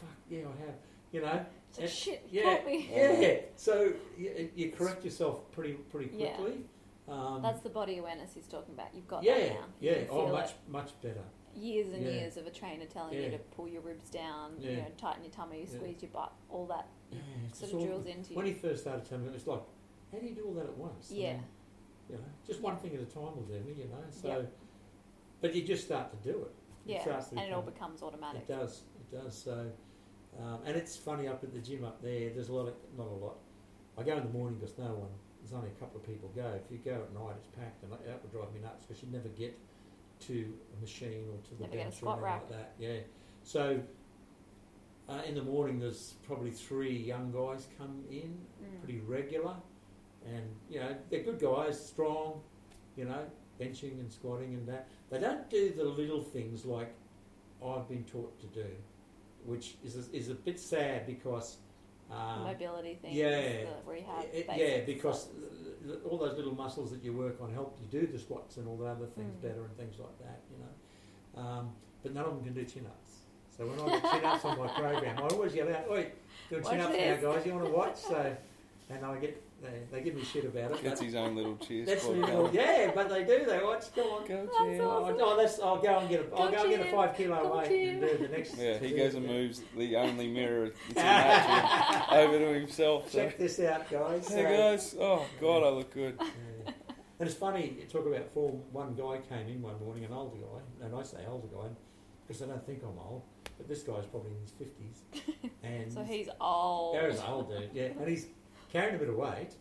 Speaker 3: fuck, yeah, I have, you know,
Speaker 2: Oh,
Speaker 4: It's like,
Speaker 3: and-
Speaker 4: shit,
Speaker 3: yeah.
Speaker 4: caught me.
Speaker 3: yeah. So you, you correct yourself pretty pretty
Speaker 4: Yeah.
Speaker 3: quickly. Um,
Speaker 4: That's the body awareness he's talking about. You've got
Speaker 3: yeah,
Speaker 4: that now. You
Speaker 3: yeah,
Speaker 4: can
Speaker 3: oh,
Speaker 4: feel
Speaker 3: much
Speaker 4: it.
Speaker 3: much better.
Speaker 4: Years and
Speaker 3: Yeah.
Speaker 4: years of a trainer telling
Speaker 3: Yeah.
Speaker 4: you to pull your ribs down, you
Speaker 3: Yeah.
Speaker 4: know, tighten your tummy,
Speaker 3: Yeah.
Speaker 4: squeeze your butt, all that
Speaker 3: Yeah, it's
Speaker 4: sort
Speaker 3: all-
Speaker 4: of drills into
Speaker 3: when
Speaker 4: you.
Speaker 3: he first started telling me, it was like, how do you do all that at once? I
Speaker 4: yeah,
Speaker 3: mean, you know, just one thing at a time will do me, you know. So,
Speaker 4: Yeah.
Speaker 3: but you just start to do it.
Speaker 4: yeah,
Speaker 3: starts to
Speaker 4: and it all
Speaker 3: become-
Speaker 4: becomes automatic.
Speaker 3: It does. It does. So, um, and it's funny up at the gym up there. There's a lot of not a lot. I go in the morning because no one. There's only a couple of people go. If you go at night, it's packed, and that that would drive me nuts because you never get to a machine or to the
Speaker 4: Never get a
Speaker 3: bench or
Speaker 4: squat
Speaker 3: anything
Speaker 4: rack.
Speaker 3: like that. Yeah. So. Uh, in the morning, there's probably three young guys come in,
Speaker 4: Mm.
Speaker 3: pretty regular, and you know they're good guys, strong, you know, benching and squatting and that. They don't do the little things like I've been taught to do, which is a, is a bit sad because, uh,
Speaker 4: Mobility things,
Speaker 3: yeah.
Speaker 4: the rehab,
Speaker 3: it- yeah,
Speaker 4: basics,
Speaker 3: because
Speaker 4: like-
Speaker 3: l- l- all those little muscles that you work on help you do the squats and all the other things
Speaker 4: Mm.
Speaker 3: better and things like that, you know. Um, but none of them can do chin ups. So when I do chin ups on my program, I always yell out, "Oi, doing
Speaker 4: Watch
Speaker 3: chin ups now,
Speaker 4: this."
Speaker 3: guys! You want to watch?" So, and I get they, they give me shit about it.
Speaker 2: Gets
Speaker 3: but
Speaker 2: his own little cheers.
Speaker 3: That's
Speaker 2: squad
Speaker 3: little,
Speaker 2: going.
Speaker 3: yeah, but they do. They watch. Come on,
Speaker 2: Go
Speaker 4: That's
Speaker 2: Jim.
Speaker 4: awesome.
Speaker 3: Oh, oh, that's, I'll go and get a, I'll
Speaker 4: Go
Speaker 3: go and get a
Speaker 4: Jim.
Speaker 3: five kilo
Speaker 4: Go
Speaker 3: weight and do
Speaker 4: Jim.
Speaker 3: the next.
Speaker 2: Yeah, he goes and
Speaker 3: yeah.
Speaker 2: moves the only mirror it's in that gym over to himself. So.
Speaker 3: Check this out, guys.
Speaker 2: Hey guys, oh god, I look good.
Speaker 3: So, yeah. And it's funny, you talk about form. One guy came in one morning, an older guy, and I say older guy because I don't think I'm old, but this guy's probably in his 50s. And
Speaker 4: so he's old.
Speaker 3: Gary's an old dude, yeah. And he's carrying a bit of weight,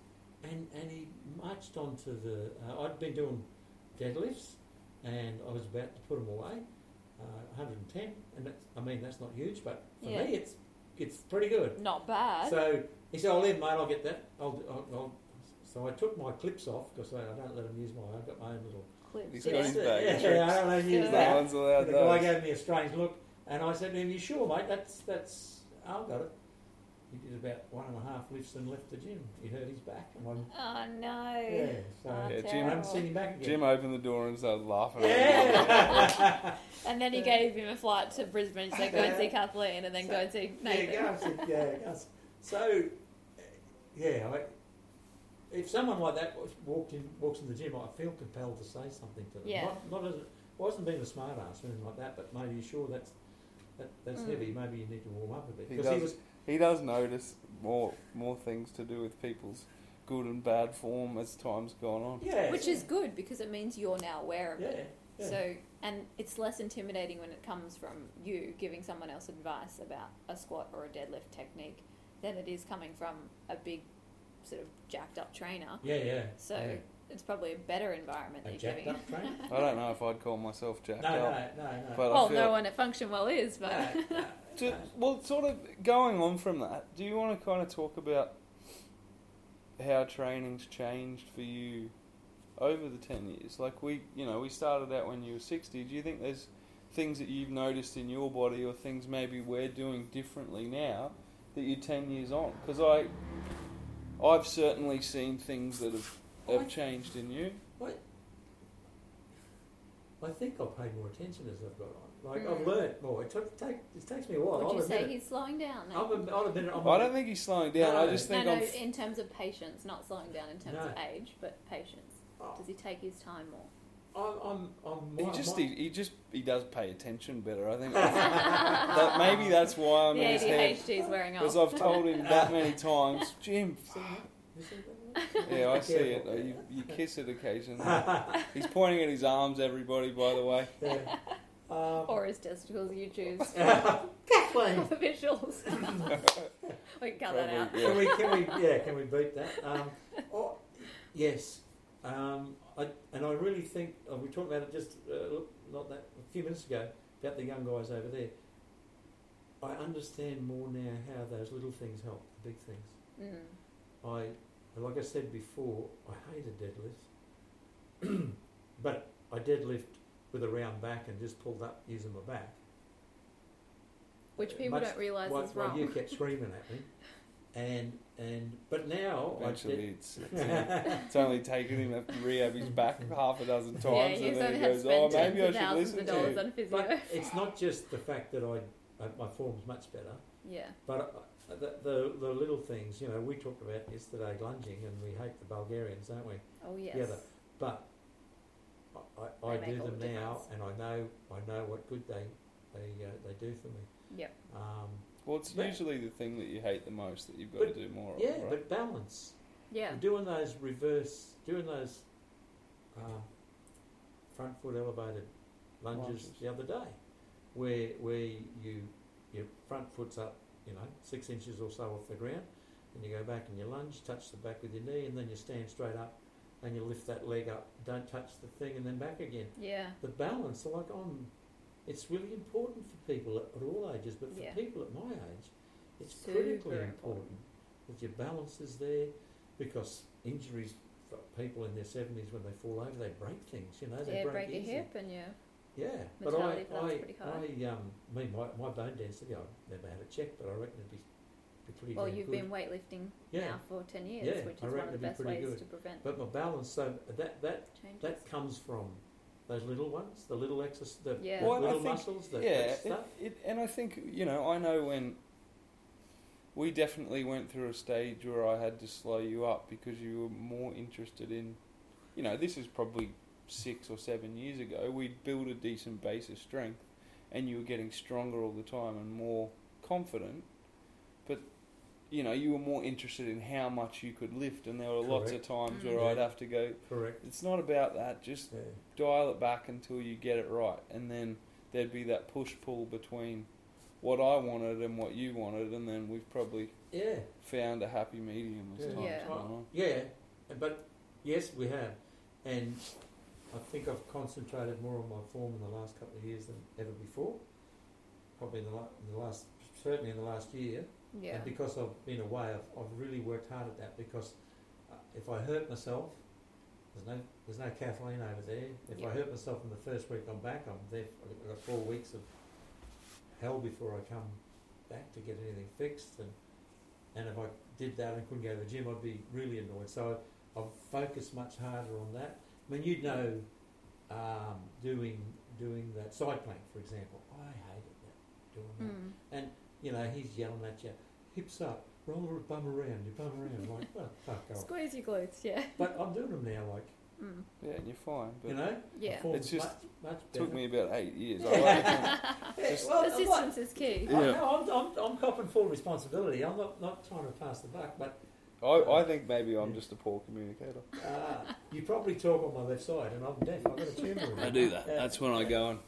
Speaker 3: and, and he marched onto the. Uh, I'd been doing deadlifts, and I was about to put them away, uh, 110, and that's, I mean that's not huge, but for
Speaker 4: Yeah.
Speaker 3: me it's it's pretty good.
Speaker 4: Not bad.
Speaker 3: So he said, "I'll leave, mate. I'll get that. I'll, I'll, I'll. So I took my clips off because I, I don't let them use my. I've got my own little.
Speaker 4: Clips,
Speaker 2: He's
Speaker 4: yeah.
Speaker 2: got his bag.
Speaker 3: yeah, I don't let them use
Speaker 4: Yeah.
Speaker 2: No
Speaker 3: that.
Speaker 2: one's allowed
Speaker 3: The guy
Speaker 2: those.
Speaker 3: gave me a strange look, and I said to him, "You sure, mate? That's that's. I've got it." He did about one and a half lifts and left the gym. He hurt his back, and I'm,
Speaker 4: Oh no.
Speaker 3: yeah. So
Speaker 4: Oh,
Speaker 2: Yeah, Jim-
Speaker 3: I
Speaker 4: terrible.
Speaker 3: haven't seen him back again.
Speaker 2: Jim opened the door and started laughing.
Speaker 3: yeah.
Speaker 4: And then he gave him a flight to Brisbane. So go and see Kathleen, and then go and see
Speaker 3: Yeah,
Speaker 4: Nathan.
Speaker 3: Gus, it- yeah, Gus. So, uh, yeah, I, if someone like that wa- walked in, walks in the gym, I feel compelled to say something to them.
Speaker 4: Yeah.
Speaker 3: Not, not as a, wasn't being a smart ass or anything like that, but maybe you're sure that's that, that's
Speaker 4: Mm.
Speaker 3: heavy. Maybe you need to warm up a bit.
Speaker 2: He
Speaker 3: 'Cause
Speaker 2: does. He does notice more more things to do with people's good and bad form as time's gone on.
Speaker 3: yeah,
Speaker 4: Which is good because it means you're now aware of
Speaker 3: yeah,
Speaker 4: it.
Speaker 3: yeah.
Speaker 4: So and it's less intimidating when it comes from you giving someone else advice about a squat or a deadlift technique than it is coming from a big sort of jacked up trainer.
Speaker 3: yeah, yeah.
Speaker 4: So
Speaker 3: yeah.
Speaker 4: it's probably a better environment
Speaker 3: a
Speaker 4: that you're
Speaker 3: jacked
Speaker 4: giving.
Speaker 3: up train.
Speaker 2: I don't know if I'd call myself
Speaker 3: no,
Speaker 2: jacked
Speaker 3: no,
Speaker 2: up.
Speaker 3: no, no.
Speaker 2: But I
Speaker 4: Well,
Speaker 2: feel-
Speaker 4: no one at Function Well is, but
Speaker 3: no, no,
Speaker 2: Ju-
Speaker 3: no.
Speaker 2: well, sort of going on from that, do you want to kind of talk about how training's changed for you over the 10 years? Like, we, you know, we started out when you were 60. Do you think there's things that you've noticed in your body or things maybe we're doing differently now that you're 10 years on? Because I. I've certainly seen things that have, have changed in you.
Speaker 3: I think I'll pay more attention as I've got on. Like
Speaker 4: Mm.
Speaker 3: I've learnt more. It, took, take, it takes me a while.
Speaker 4: would
Speaker 3: I'll
Speaker 4: you say
Speaker 3: admit it.
Speaker 4: he's slowing down?
Speaker 3: I'll, admit- I'll admit it. I'm
Speaker 2: I don't think he's slowing down. I
Speaker 3: No.
Speaker 2: just
Speaker 4: No,
Speaker 2: think
Speaker 4: no,
Speaker 2: I'm.
Speaker 4: in terms of patience, not slowing down in terms
Speaker 3: No.
Speaker 4: of age, but patience. Does he take his time more?
Speaker 3: I'm, I'm, I'm
Speaker 2: He
Speaker 3: my-
Speaker 2: just
Speaker 3: my-
Speaker 2: he, he just he does pay attention better. I think that maybe that's why I'm
Speaker 4: the
Speaker 2: in his head
Speaker 4: ADHD is wearing
Speaker 2: because
Speaker 4: off.
Speaker 2: I've told him that many times, Jim.
Speaker 3: See that? You see that?
Speaker 2: Yeah, I
Speaker 3: Be
Speaker 2: see it.
Speaker 3: careful.
Speaker 2: You, you kiss it occasionally. He's pointing at his arms. Everybody, by the way.
Speaker 3: Yeah. Um,
Speaker 4: Or his testicles, you choose.
Speaker 3: Kathleen,
Speaker 4: For visuals. we can cut that out.
Speaker 2: Probably,
Speaker 3: can
Speaker 2: yeah.
Speaker 3: we, can we, yeah, can we beat that? Um, oh, yes, um, I, and I really think uh, we talked about it just uh, look, not that a few minutes ago about the young guys over there. I understand more now how those little things help the big things.
Speaker 4: Mm.
Speaker 3: I, like I said before, I hated deadlifts, but I deadlift with a round back and just pulled up using my back.
Speaker 4: Which people
Speaker 3: Much-
Speaker 4: don't realise
Speaker 3: while,
Speaker 4: is
Speaker 3: while
Speaker 4: wrong.
Speaker 3: you kept screaming at me, and and but now I
Speaker 2: Eventually,
Speaker 3: did,
Speaker 2: it's, it's, only, it's only taken him after rehab his back half a dozen times,
Speaker 4: yeah,
Speaker 2: and
Speaker 4: he's
Speaker 2: then
Speaker 4: only
Speaker 2: he
Speaker 4: had
Speaker 2: goes, "Oh,
Speaker 4: spent
Speaker 2: maybe I
Speaker 4: tens of
Speaker 2: should
Speaker 4: thousands
Speaker 2: listen
Speaker 4: of
Speaker 2: to."
Speaker 4: dollars
Speaker 2: you."
Speaker 4: on physio.
Speaker 3: but it's not just the fact that I uh, my form's much better.
Speaker 4: yeah.
Speaker 3: But uh, the, the, the little things, you know, we talked about yesterday lunging, and we hate the Bulgarians, don't we?
Speaker 4: Oh yes.
Speaker 3: Yeah, the- But I, I, I
Speaker 4: They
Speaker 3: do
Speaker 4: make all
Speaker 3: them
Speaker 4: the
Speaker 3: now,
Speaker 4: difference.
Speaker 3: and I know I know what good they they uh, they do for me.
Speaker 4: Yep.
Speaker 3: Um,
Speaker 2: Well, it's
Speaker 3: Yeah.
Speaker 2: usually the thing that you hate the most that you've got
Speaker 3: But-
Speaker 2: to do more of.
Speaker 3: yeah,
Speaker 2: right?
Speaker 3: but balance.
Speaker 4: Yeah.
Speaker 3: Doing those reverse, doing those uh, front foot elevated lunges,
Speaker 2: Lunges.
Speaker 3: the other day, where where you your front foot's up, you know, six inches or so off the ground, and you go back and you lunge, touch the back with your knee, and then you stand straight up, and you lift that leg up. Don't touch the thing, and then back again.
Speaker 4: Yeah.
Speaker 3: the balance. Like I'm, it's really important for people at, at all ages, but for
Speaker 4: Yeah.
Speaker 3: people at my age, it's
Speaker 4: Super
Speaker 3: critically
Speaker 4: important.
Speaker 3: important that your balance is there, because injuries for people in their seventies when they fall over, they break things. You know, they
Speaker 4: Yeah,
Speaker 3: break,
Speaker 4: break your
Speaker 3: easily.
Speaker 4: hip and yeah.
Speaker 3: Yeah, but I,
Speaker 4: Mortality for that's pretty high.
Speaker 3: I, I, um, I mean, my, my bone density, I've never had it checked, but I reckon it'd be, be pretty
Speaker 4: Well,
Speaker 3: damn good.
Speaker 4: you've been weightlifting
Speaker 3: Yeah.
Speaker 4: now for ten years,
Speaker 3: Yeah,
Speaker 4: which is
Speaker 3: I
Speaker 4: one
Speaker 3: reckon
Speaker 4: of
Speaker 3: it'd be
Speaker 4: the best
Speaker 3: pretty
Speaker 4: ways
Speaker 3: good.
Speaker 4: to prevent
Speaker 3: But my balance, so that that
Speaker 4: changes.
Speaker 3: that comes from those little ones, the little exercise, the,
Speaker 4: Yeah.
Speaker 3: the
Speaker 4: Well, I
Speaker 3: little
Speaker 2: think-
Speaker 3: muscles, the,
Speaker 2: yeah,
Speaker 3: that
Speaker 2: it,
Speaker 3: stuff.
Speaker 2: it, and I think you know, I know when we definitely went through a stage where I had to slow you up because you were more interested in, you know, this is probably six or seven years ago. We'd built a decent base of strength, and you were getting stronger all the time and more confident, but. You know, you were more interested in how much you could lift, and there were lots of times where
Speaker 3: Mm.
Speaker 2: I'd have to go.
Speaker 3: Correct.
Speaker 2: It's not about that. Just
Speaker 3: Yeah.
Speaker 2: dial it back until you get it right, and then there'd be that push pull between what I wanted and what you wanted, and then we've probably
Speaker 3: yeah,
Speaker 2: found a happy medium as
Speaker 3: Yeah.
Speaker 2: time's
Speaker 4: Yeah.
Speaker 2: gone on.
Speaker 3: yeah, but yes, we have, and I think I've concentrated more on my form in the last couple of years than ever before. Probably in the, la- in the last, certainly in the last year,
Speaker 4: yeah.
Speaker 3: and because I've been away, I've, I've really worked hard at that. Because uh, if I hurt myself, there's no there's no Kathleen over there. If
Speaker 4: Yeah.
Speaker 3: I hurt myself in the first week I'm back, I'm there. For, I've got four weeks of hell before I come back to get anything fixed. And and if I did that and couldn't go to the gym, I'd be really annoyed. So I've, I've focused much harder on that. I mean, you'd know um, doing doing that side plank, for example. I hated that doing that
Speaker 4: Mm.
Speaker 3: you know, he's yelling at you, hips up, roll your bum around, your bum around, like, well, fuck off.
Speaker 4: Squeeze your glutes. Yeah.
Speaker 3: But I'm doing them now, like,
Speaker 4: Mm.
Speaker 2: Yeah, and you're fine. But
Speaker 3: you know,
Speaker 4: Yeah.
Speaker 2: It's
Speaker 3: performance
Speaker 2: just-
Speaker 3: much, much
Speaker 2: it
Speaker 3: better.
Speaker 2: took me about eight years. I like to-
Speaker 3: Yeah,
Speaker 2: just-
Speaker 3: well, I'm like-
Speaker 4: Persistence is key.
Speaker 3: I- no, I'm, I'm, I'm copping full responsibility. I'm not, not trying to pass the buck, but
Speaker 2: I, I think maybe I'm just a poor communicator.
Speaker 3: uh, you probably talk on my left side, and I'm deaf. I've got a tumour. in it. Yeah.
Speaker 2: when I go and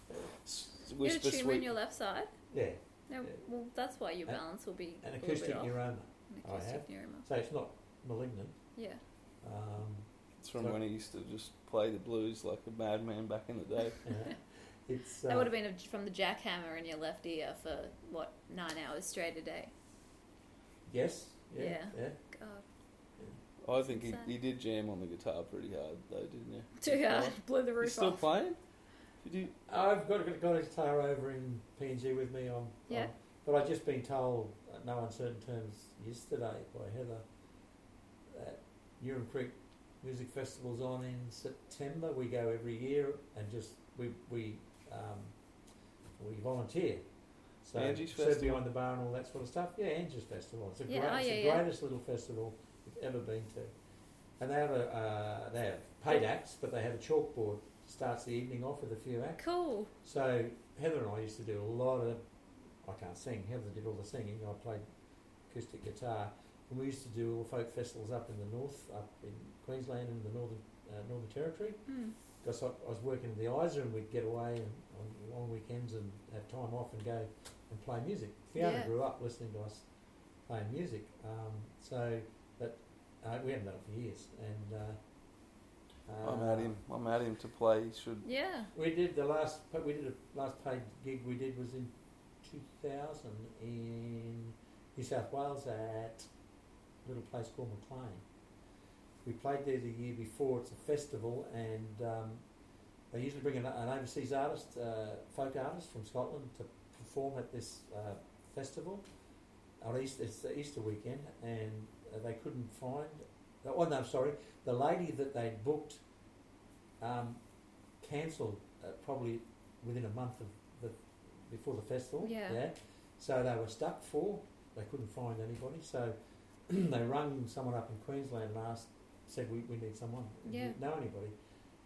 Speaker 4: You're a tumour in your left side.
Speaker 3: yeah,
Speaker 4: No,
Speaker 3: Yeah.
Speaker 4: well, that's why your
Speaker 3: An-
Speaker 4: balance will be
Speaker 3: an
Speaker 4: a little bit
Speaker 3: acoustic
Speaker 4: off.
Speaker 3: neuroma,
Speaker 4: An
Speaker 3: I
Speaker 4: acoustic neuroma.
Speaker 3: so it's not malignant.
Speaker 4: Yeah.
Speaker 3: Um,
Speaker 2: It's from when he used to just play the blues like a madman back in the day.
Speaker 3: yeah. It's
Speaker 4: That
Speaker 3: uh,
Speaker 4: would have been a, from the jackhammer in your left ear for what nine hours straight a day.
Speaker 3: yes, yeah,
Speaker 4: Yeah.
Speaker 3: yeah.
Speaker 4: God,
Speaker 2: I think he,
Speaker 4: Sad.
Speaker 2: he did jam on the guitar pretty hard though, didn't you?
Speaker 4: too hard. Blew the
Speaker 2: You
Speaker 4: roof
Speaker 2: still
Speaker 4: off.
Speaker 2: playing? Did you?
Speaker 3: I've got, got, got a guitar over in PNG with me. I'm,
Speaker 4: Yeah.
Speaker 3: I'm- but I've just been told, at no uncertain terms, yesterday by Heather that Urine Creek Music Festival's on in September. We go every year and just we we um, we volunteer. So
Speaker 2: Angie's
Speaker 3: serve
Speaker 2: Festival.
Speaker 3: behind the bar and all that sort of stuff. Yeah, Angie's Festival. It's, a
Speaker 4: Yeah,
Speaker 3: great,
Speaker 4: oh,
Speaker 3: it's
Speaker 4: yeah,
Speaker 3: the
Speaker 4: yeah.
Speaker 3: greatest little festival we've ever been to. And they have a uh, they have paid acts, but they have a chalkboard. Starts the evening off with a few acts.
Speaker 4: Cool.
Speaker 3: So Heather and I used to do a lot of. I can't sing. Heather did all the singing. I played acoustic guitar. And we used to do all folk festivals up in the north, up in Queensland and the northern uh, Northern Territory.
Speaker 4: Mm.
Speaker 3: Because I, I was working in the ISA and we'd get away and, on long weekends and have time off and go and play music. Fiona
Speaker 4: Yeah.
Speaker 3: grew up listening to us playing music. Um, so, but uh, we haven't done it for years. And uh,
Speaker 2: I'm at him. I'm at him to play. He should.
Speaker 4: Yeah.
Speaker 3: We did the last. pa- We did a last paid gig we did was in 2000 in New South Wales at a little place called McLean. We played there the year before. It's a festival, and um, they usually bring an, an overseas artist, uh, folk artist from Scotland, to perform at this uh, festival. Or Easter, it's the Easter weekend, and uh, they couldn't find. Oh no, sorry. The lady that they booked um, cancelled uh, probably within a month of the before the festival.
Speaker 4: Yeah.
Speaker 3: So they were stuck for. They couldn't find anybody. So they rung someone up in Queensland and asked, said, "We, we need someone. Do you
Speaker 4: Yeah.
Speaker 3: know anybody?"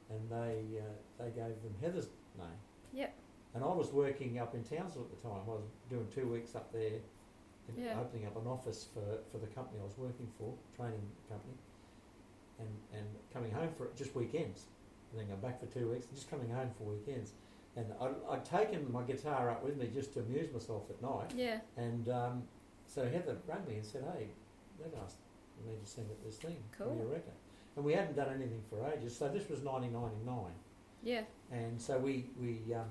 Speaker 3: And they uh, they gave them Heather's name.
Speaker 4: Yep.
Speaker 3: And I was working up in Townsville at the time. I was doing two weeks up there, and
Speaker 4: Yeah.
Speaker 3: opening up an office for, for the company I was working for, training company, and and coming home for just weekends, and then going back for two weeks, and just coming home for weekends. And I'd, I'd taken my guitar up with me just to amuse myself at night.
Speaker 4: Yeah.
Speaker 3: And um, so Heather rang me and said, "Hey, they've asked me to sing at this thing. What do you
Speaker 4: Cool.
Speaker 3: reckon?" And we hadn't done anything for ages. So this was 1999,
Speaker 4: Yeah.
Speaker 3: and so we we um,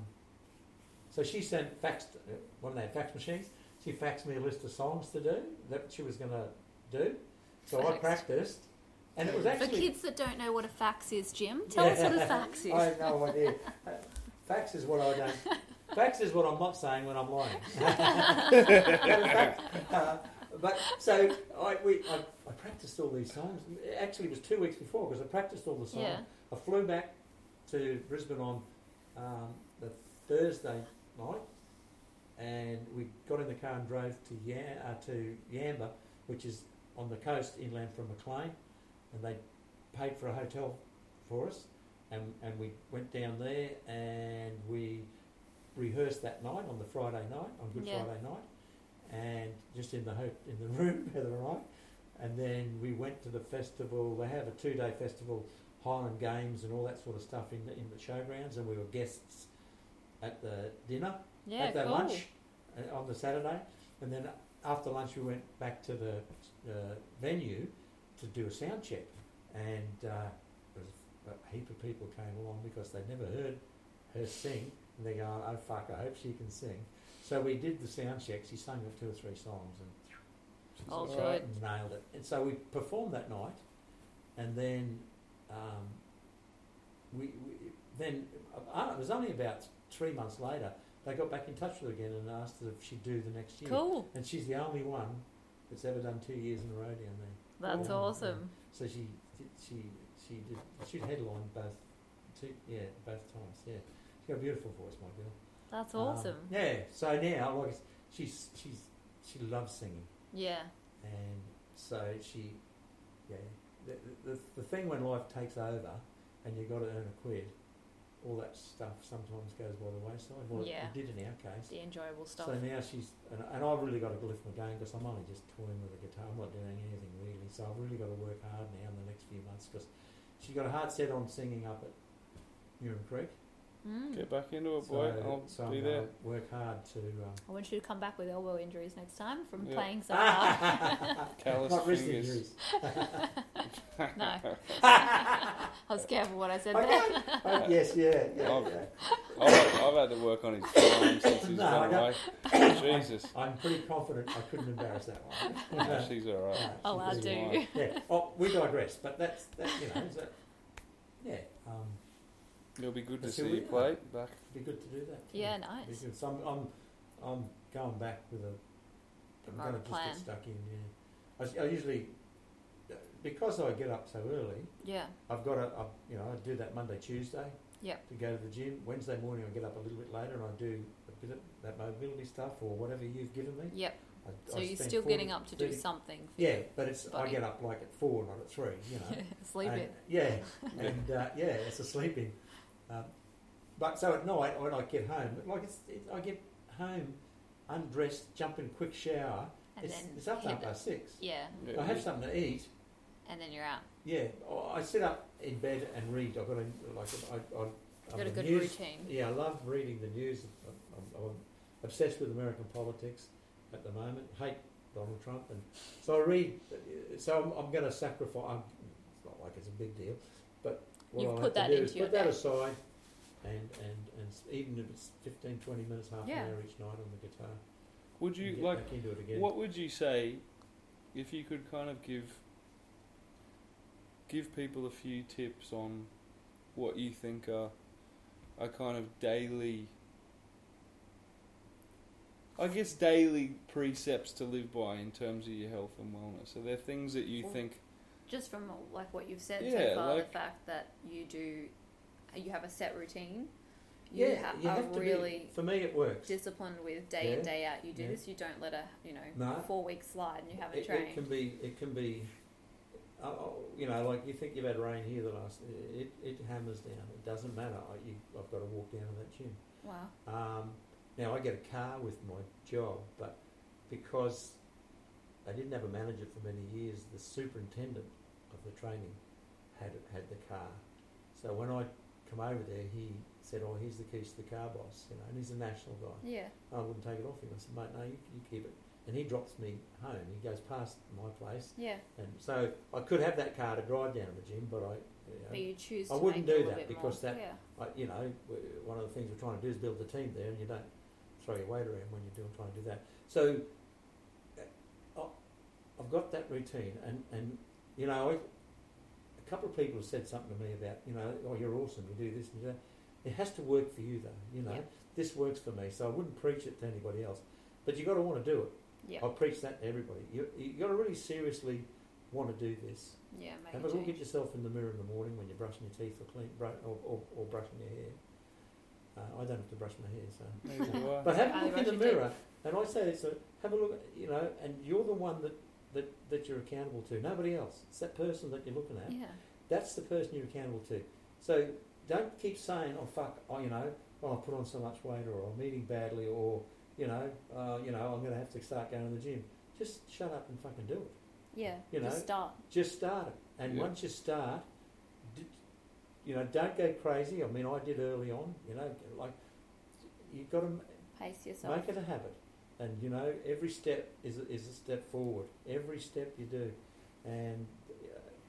Speaker 3: so she sent faxed uh, one of their fax machines. She faxed me a list of songs to do that she was going to do. So I
Speaker 4: Faxed.
Speaker 3: practiced, and it was
Speaker 4: For
Speaker 3: actually
Speaker 4: kids that don't know what a fax is, Jim, tell us what a fax is.
Speaker 3: I have no idea. Uh, Fax is what I don't. Fax is what I'm not saying when I'm lying. Uh, but so I, we, I, I practiced all these songs. Actually, it was two weeks before because I practiced all the songs.
Speaker 4: Yeah.
Speaker 3: I flew back to Brisbane on um, the Thursday night, and we got in the car and drove to Yam- uh, to Yamba, which is on the coast inland from McLean, and they paid for a hotel for us, and and we went down there and we rehearsed that night on the Friday night on Good
Speaker 4: Yeah.
Speaker 3: Friday night, and just in the ho- in the room Heather and I, and then we went to the festival. They have a two day festival, Highland Games and all that sort of stuff in the, in the showgrounds, and we were guests at the dinner
Speaker 4: Yeah,
Speaker 3: at that
Speaker 4: cool.
Speaker 3: lunch uh, on the Saturday, and then after lunch we went back to the uh, venue to do a sound check, and uh, there was a heap of people came along because they'd never heard her sing, and they're going, "Oh fuck, I hope she can sing." So we did the sound check. She sang two or three songs and
Speaker 2: She's
Speaker 4: Oh,
Speaker 2: all
Speaker 4: good.
Speaker 2: right.
Speaker 3: nailed it. And so we performed that night, and then um, we, we then uh, it was only about three months later they got back in touch with her again and asked her if she'd do the next year.
Speaker 4: Cool.
Speaker 3: And she's the only one that's ever done two years in a row down there.
Speaker 4: That's
Speaker 3: Yeah.
Speaker 4: awesome.
Speaker 3: So she did, she she did she headlined both two yeah both times yeah. She's got a beautiful voice, my girl.
Speaker 4: That's
Speaker 3: Um,
Speaker 4: awesome.
Speaker 3: yeah. So now like she's she's she loves singing.
Speaker 4: yeah.
Speaker 3: And so she, yeah, the, the, the thing when life takes over and you've got to earn a quid, all that stuff sometimes goes by the wayside. Well,
Speaker 4: Yeah.
Speaker 3: it, it did in our case.
Speaker 4: The enjoyable stuff.
Speaker 3: So now she's, and, and I've really got to lift my game because I'm only just toying with the guitar. I'm not doing anything really. So I've really got to work hard now in the next few months because she's got a hard set on singing up at Newham Creek.
Speaker 4: Mm.
Speaker 2: Get back into it,
Speaker 3: So,
Speaker 2: boy. I'll
Speaker 3: so
Speaker 2: be
Speaker 3: I'm
Speaker 2: there.
Speaker 3: gonna work hard to. Um,
Speaker 4: I want you to come back with elbow injuries next time from
Speaker 2: Yeah.
Speaker 4: playing so hard.
Speaker 2: Callous
Speaker 3: not wrist
Speaker 2: fingers.
Speaker 3: injuries.
Speaker 4: no. I was careful what I said
Speaker 3: I
Speaker 4: there.
Speaker 3: Oh, yes, yeah, yeah.
Speaker 2: Oh.
Speaker 3: yeah.
Speaker 2: I've, had- I've had to work on his time since he's
Speaker 3: No, I
Speaker 2: gone away.
Speaker 3: don't-
Speaker 2: Jesus.
Speaker 3: I'm pretty confident I couldn't embarrass that one.
Speaker 2: No, she's all right.
Speaker 4: Oh, I
Speaker 2: She's all
Speaker 4: do.
Speaker 2: right.
Speaker 3: yeah. Oh, we digress, but that's that. You know, so, yeah. Um,
Speaker 2: It'll be good to
Speaker 3: Let's
Speaker 2: see
Speaker 3: see
Speaker 2: you
Speaker 3: what
Speaker 2: play
Speaker 3: we
Speaker 2: back.
Speaker 3: be good to do that. too.
Speaker 4: Yeah,
Speaker 3: Be
Speaker 4: nice.
Speaker 3: good. So I'm, I'm, I'm going back with a.
Speaker 4: Bit
Speaker 3: I'm
Speaker 4: more
Speaker 3: going
Speaker 4: of a
Speaker 3: to just
Speaker 4: plan.
Speaker 3: get stuck in. Yeah. I s- I, usually, because I get up so early,
Speaker 4: Yeah.
Speaker 3: I've got to. I, you know, I do that Monday, Tuesday.
Speaker 4: Yep.
Speaker 3: To go to the gym. Wednesday morning, I get up a little bit later and I do a bit of that mobility stuff or whatever you've given me.
Speaker 4: Yep.
Speaker 3: I,
Speaker 4: So
Speaker 3: I
Speaker 4: you're
Speaker 3: spend
Speaker 4: still
Speaker 3: 40
Speaker 4: getting up to do
Speaker 3: 30
Speaker 4: something. for
Speaker 3: Yeah,
Speaker 4: your
Speaker 3: but it's I
Speaker 4: body.
Speaker 3: get up like at four, not at three. You know.
Speaker 4: Sleep
Speaker 3: and,
Speaker 4: it.
Speaker 3: Yeah, and uh, yeah, it's a sleeping. Um, but so at night when I get home, like it's, it, I get home undressed, jump in quick shower.
Speaker 4: And
Speaker 3: it's,
Speaker 4: then
Speaker 3: it's up to
Speaker 4: hit
Speaker 3: half
Speaker 4: it.
Speaker 3: past six.
Speaker 4: Yeah.
Speaker 2: Yeah,
Speaker 3: I have something to eat.
Speaker 4: And then you're out.
Speaker 3: Yeah, I- I sit up in bed and read. I've got a like I, I, I'm
Speaker 4: You've got a good
Speaker 3: news,
Speaker 4: routine.
Speaker 3: Yeah, I love reading the news. I'm, I'm, I'm obsessed with American politics at the moment. Hate Donald Trump, and so I read. So I'm, I'm going to sacrifice. I'm, it's not like it's a big deal, but What
Speaker 4: You've
Speaker 3: I'll have
Speaker 4: put
Speaker 3: to
Speaker 4: that
Speaker 3: do
Speaker 4: into
Speaker 3: is
Speaker 4: your
Speaker 3: put that
Speaker 4: day.
Speaker 3: aside, and, and, and s- even if it's 15, 20 minutes, half
Speaker 4: Yeah.
Speaker 3: an hour each night on the guitar,
Speaker 2: Would
Speaker 3: and
Speaker 2: you
Speaker 3: get
Speaker 2: like?
Speaker 3: back into it again.
Speaker 2: What would you say if you could kind of give give people a few tips on what you think are are kind of daily I guess daily precepts to live by in terms of your health and wellness. Are there things that you
Speaker 4: Well,
Speaker 2: think
Speaker 4: Just from uh, like what you've said
Speaker 2: Yeah,
Speaker 4: so far,
Speaker 2: like-
Speaker 4: the fact that you do, uh, you have a set routine. You
Speaker 3: yeah,
Speaker 4: ha-
Speaker 3: you
Speaker 4: are
Speaker 3: have to
Speaker 4: really
Speaker 3: be, for me it works.
Speaker 4: disciplined with day in
Speaker 3: Yeah,
Speaker 4: day out. You do
Speaker 3: yeah.
Speaker 4: this. You don't let a you know
Speaker 3: No.
Speaker 4: four week slide and you have a
Speaker 3: it,
Speaker 4: train.
Speaker 3: it can be, it can be, uh, oh, you know, like you think you've had rain here the last, it, it hammers down. It doesn't matter. I, you, I've got to walk down to that gym.
Speaker 4: wow.
Speaker 3: Um, now I get a car with my job, but because I didn't have a manager for many years, the superintendent of the training had had the car. So when I come over there, he said, "Oh, here's the keys to the car, boss." You know, and he's a national guy.
Speaker 4: Yeah.
Speaker 3: I wouldn't take it off him. I said, "Mate, no, you, you keep it." And he drops me home. He goes past my place,
Speaker 4: Yeah.
Speaker 3: and so I could have that car to drive down to the gym, but I, you know,
Speaker 4: But you choose.
Speaker 3: I
Speaker 4: to
Speaker 3: wouldn't
Speaker 4: make
Speaker 3: do
Speaker 4: a little
Speaker 3: that
Speaker 4: bit more.
Speaker 3: because that-
Speaker 4: Yeah.
Speaker 3: I, you know, w- one of the things we're trying to do is build the team there, and you don't throw your weight around when you're doing trying to do that. So, uh, I- I've got that routine, and and you know, I, a couple of people have said something to me about, you know, oh, you're awesome, you do this and you do that. It has to work for you, though. You know,
Speaker 4: Yeah.
Speaker 3: this works for me, so I wouldn't preach it to anybody else. But you got to want to do it.
Speaker 4: Yeah.
Speaker 3: I preach that to everybody. You you got to really seriously want to do this.
Speaker 4: Yeah. Make
Speaker 3: Have a
Speaker 4: a
Speaker 3: look
Speaker 4: change.
Speaker 3: at yourself in the mirror in the morning when you're brushing your teeth or clean, bru- or, or, or brushing your hair. Uh, I don't have to brush my hair, so.
Speaker 2: maybe why?
Speaker 3: But have
Speaker 4: I
Speaker 3: a look in
Speaker 4: brush
Speaker 3: the
Speaker 4: your
Speaker 3: mirror, and I say this: uh, have a look, at- you know, and you're the one that, that, that you're accountable to. Nobody else. It's that person that you're looking at.
Speaker 4: Yeah.
Speaker 3: That's the person you're accountable to. So don't keep saying, "Oh fuck," oh, you know, "Oh, I put on so much weight," or "I'm eating badly," or you know, uh, you know, "I'm going to have to start going to the gym." Just shut up and fucking do it
Speaker 4: Yeah.
Speaker 3: You
Speaker 4: Just
Speaker 3: know,
Speaker 4: start.
Speaker 3: just start it. And
Speaker 2: Yeah.
Speaker 3: once you start, d you know, don't go crazy. I mean, I did early on. You know, like you've got to
Speaker 4: Pace yourself.
Speaker 3: make it a habit, and you know, every step is a, is a step forward. Every step you do, and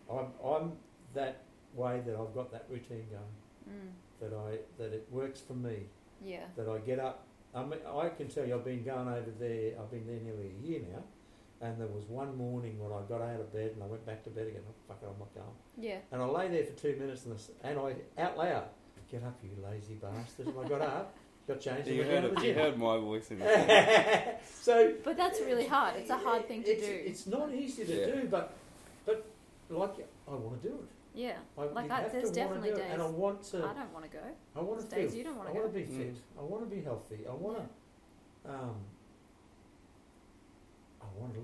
Speaker 3: uh, I'm I'm that way that I've got that routine going.
Speaker 4: Mm.
Speaker 3: That I that it works for me.
Speaker 4: Yeah.
Speaker 3: That I get up. I mean, I can tell you, I've been going over there. I've been there nearly a year now. And there was one morning when I got out of bed and I went back to bed again. Oh, fuck it, I'm not going.
Speaker 4: Yeah.
Speaker 3: And I lay there for two minutes and, I s and I, out loud, get up, you lazy bastard. And I got up, got changed, and
Speaker 2: you
Speaker 3: went out
Speaker 2: heard,
Speaker 3: of the
Speaker 2: it- you
Speaker 3: gym.
Speaker 2: heard my voice in it.
Speaker 3: so
Speaker 4: But that's really hard. It's a hard thing to
Speaker 3: it's,
Speaker 4: do.
Speaker 3: It's not easy to
Speaker 2: Yeah.
Speaker 3: do, but but like I want to do it.
Speaker 4: yeah.
Speaker 3: I,
Speaker 4: Like
Speaker 3: you
Speaker 4: I-
Speaker 3: have
Speaker 4: there's
Speaker 3: to wanna
Speaker 4: definitely
Speaker 3: do it. and I
Speaker 4: days
Speaker 3: want to.
Speaker 4: I don't want to go.
Speaker 3: I want to
Speaker 4: There's
Speaker 3: feel.
Speaker 4: days you don't want
Speaker 3: I
Speaker 4: to go.
Speaker 3: want to be fit.
Speaker 2: Mm.
Speaker 3: I want to be healthy. I want to. Um, I want to.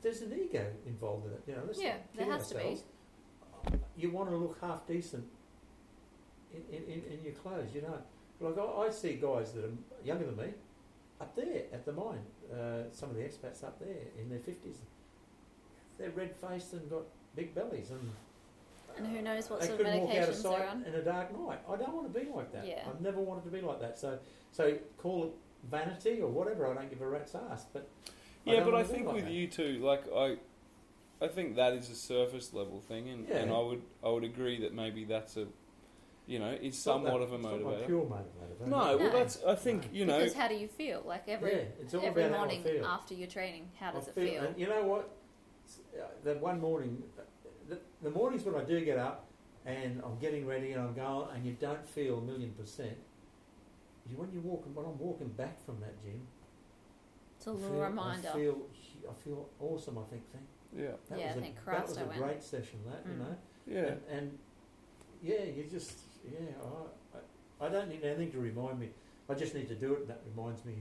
Speaker 3: There's an ego involved in it. You know, let's
Speaker 4: Yeah,
Speaker 3: not
Speaker 4: there
Speaker 3: kid
Speaker 4: has to be.
Speaker 3: ourselves. You want to look half decent in, in, in, in your clothes. You know, like I, I see guys that are younger than me up there at the mine. Uh, some of the expats up there in their fifties. They're red faced and got big bellies and.
Speaker 4: And who knows what
Speaker 3: They
Speaker 4: sort of
Speaker 3: couldn't walk out of
Speaker 4: medications
Speaker 3: sight
Speaker 4: they're on.
Speaker 3: in a dark night. I don't want to be like that.
Speaker 4: Yeah.
Speaker 3: I've never wanted to be like that. So, so call it vanity or whatever. I don't give a rat's ass. But I
Speaker 2: Yeah,
Speaker 3: don't
Speaker 2: but I
Speaker 3: wanna be
Speaker 2: think
Speaker 3: like
Speaker 2: with
Speaker 3: that.
Speaker 2: you too, like I, I think that is a surface level thing, and,
Speaker 3: Yeah.
Speaker 2: and I would I would agree that maybe that's a, you know, it's
Speaker 3: It's not
Speaker 2: somewhat
Speaker 3: that-
Speaker 2: of a
Speaker 3: it's not my
Speaker 2: motivator.
Speaker 3: pure motivator.
Speaker 2: No,
Speaker 4: No.
Speaker 2: well, that's I think
Speaker 3: No.
Speaker 2: you know.
Speaker 4: because how do you feel? Like every
Speaker 3: yeah, it's all
Speaker 4: every
Speaker 3: about
Speaker 4: morning
Speaker 3: how I feel.
Speaker 4: after your training, how does
Speaker 3: I
Speaker 4: it feel?
Speaker 3: And you know what? S- uh, That one morning, uh, the, the mornings when I do get up and I'm getting ready and I'm going, and you don't feel a million percent. You, when you walk, when I'm walking back from that gym,
Speaker 4: It's a
Speaker 3: I
Speaker 4: little
Speaker 3: feel-
Speaker 4: reminder.
Speaker 3: I feel, hu- I feel awesome. I think. Thank
Speaker 2: Yeah,
Speaker 3: That
Speaker 4: Yeah,
Speaker 3: was
Speaker 4: I
Speaker 3: a-
Speaker 4: think
Speaker 3: that was
Speaker 4: Christ I
Speaker 3: a
Speaker 4: went.
Speaker 3: great session. That you
Speaker 4: Mm.
Speaker 3: know,
Speaker 2: yeah,
Speaker 3: and, and yeah, you just yeah. I, I, I don't need anything to remind me. I just need to do it, and that reminds me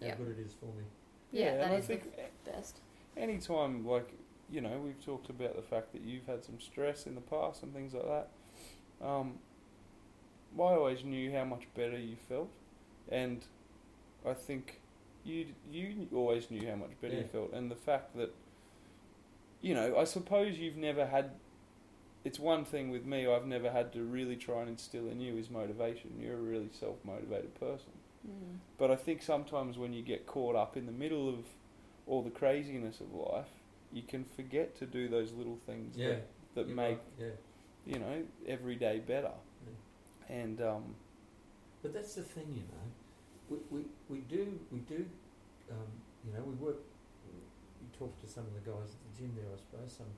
Speaker 3: how
Speaker 4: Yeah.
Speaker 3: good it is for me.
Speaker 4: Yeah, that
Speaker 2: and I
Speaker 4: is the
Speaker 2: think
Speaker 4: best.
Speaker 2: any time like you know we've talked about the fact that you've had some stress in the past and things like that. Um, I always knew how much better you felt, and I think you you always knew how much better you
Speaker 3: Yeah.
Speaker 2: felt, and the fact that you know I suppose you've never had. It's one thing with me I've never had to really try and instill in you is motivation. You're a really self motivated person.
Speaker 4: Mm.
Speaker 2: But I think sometimes when you get caught up in the middle of all the craziness of life, you can forget to do those little things that, that
Speaker 3: you're
Speaker 2: make
Speaker 3: right, yeah.
Speaker 2: you know, every day better. And um,
Speaker 3: But that's the thing, you know. We, we, we do we do um, you know we work. You talk to some of the guys at the gym there, I suppose. Some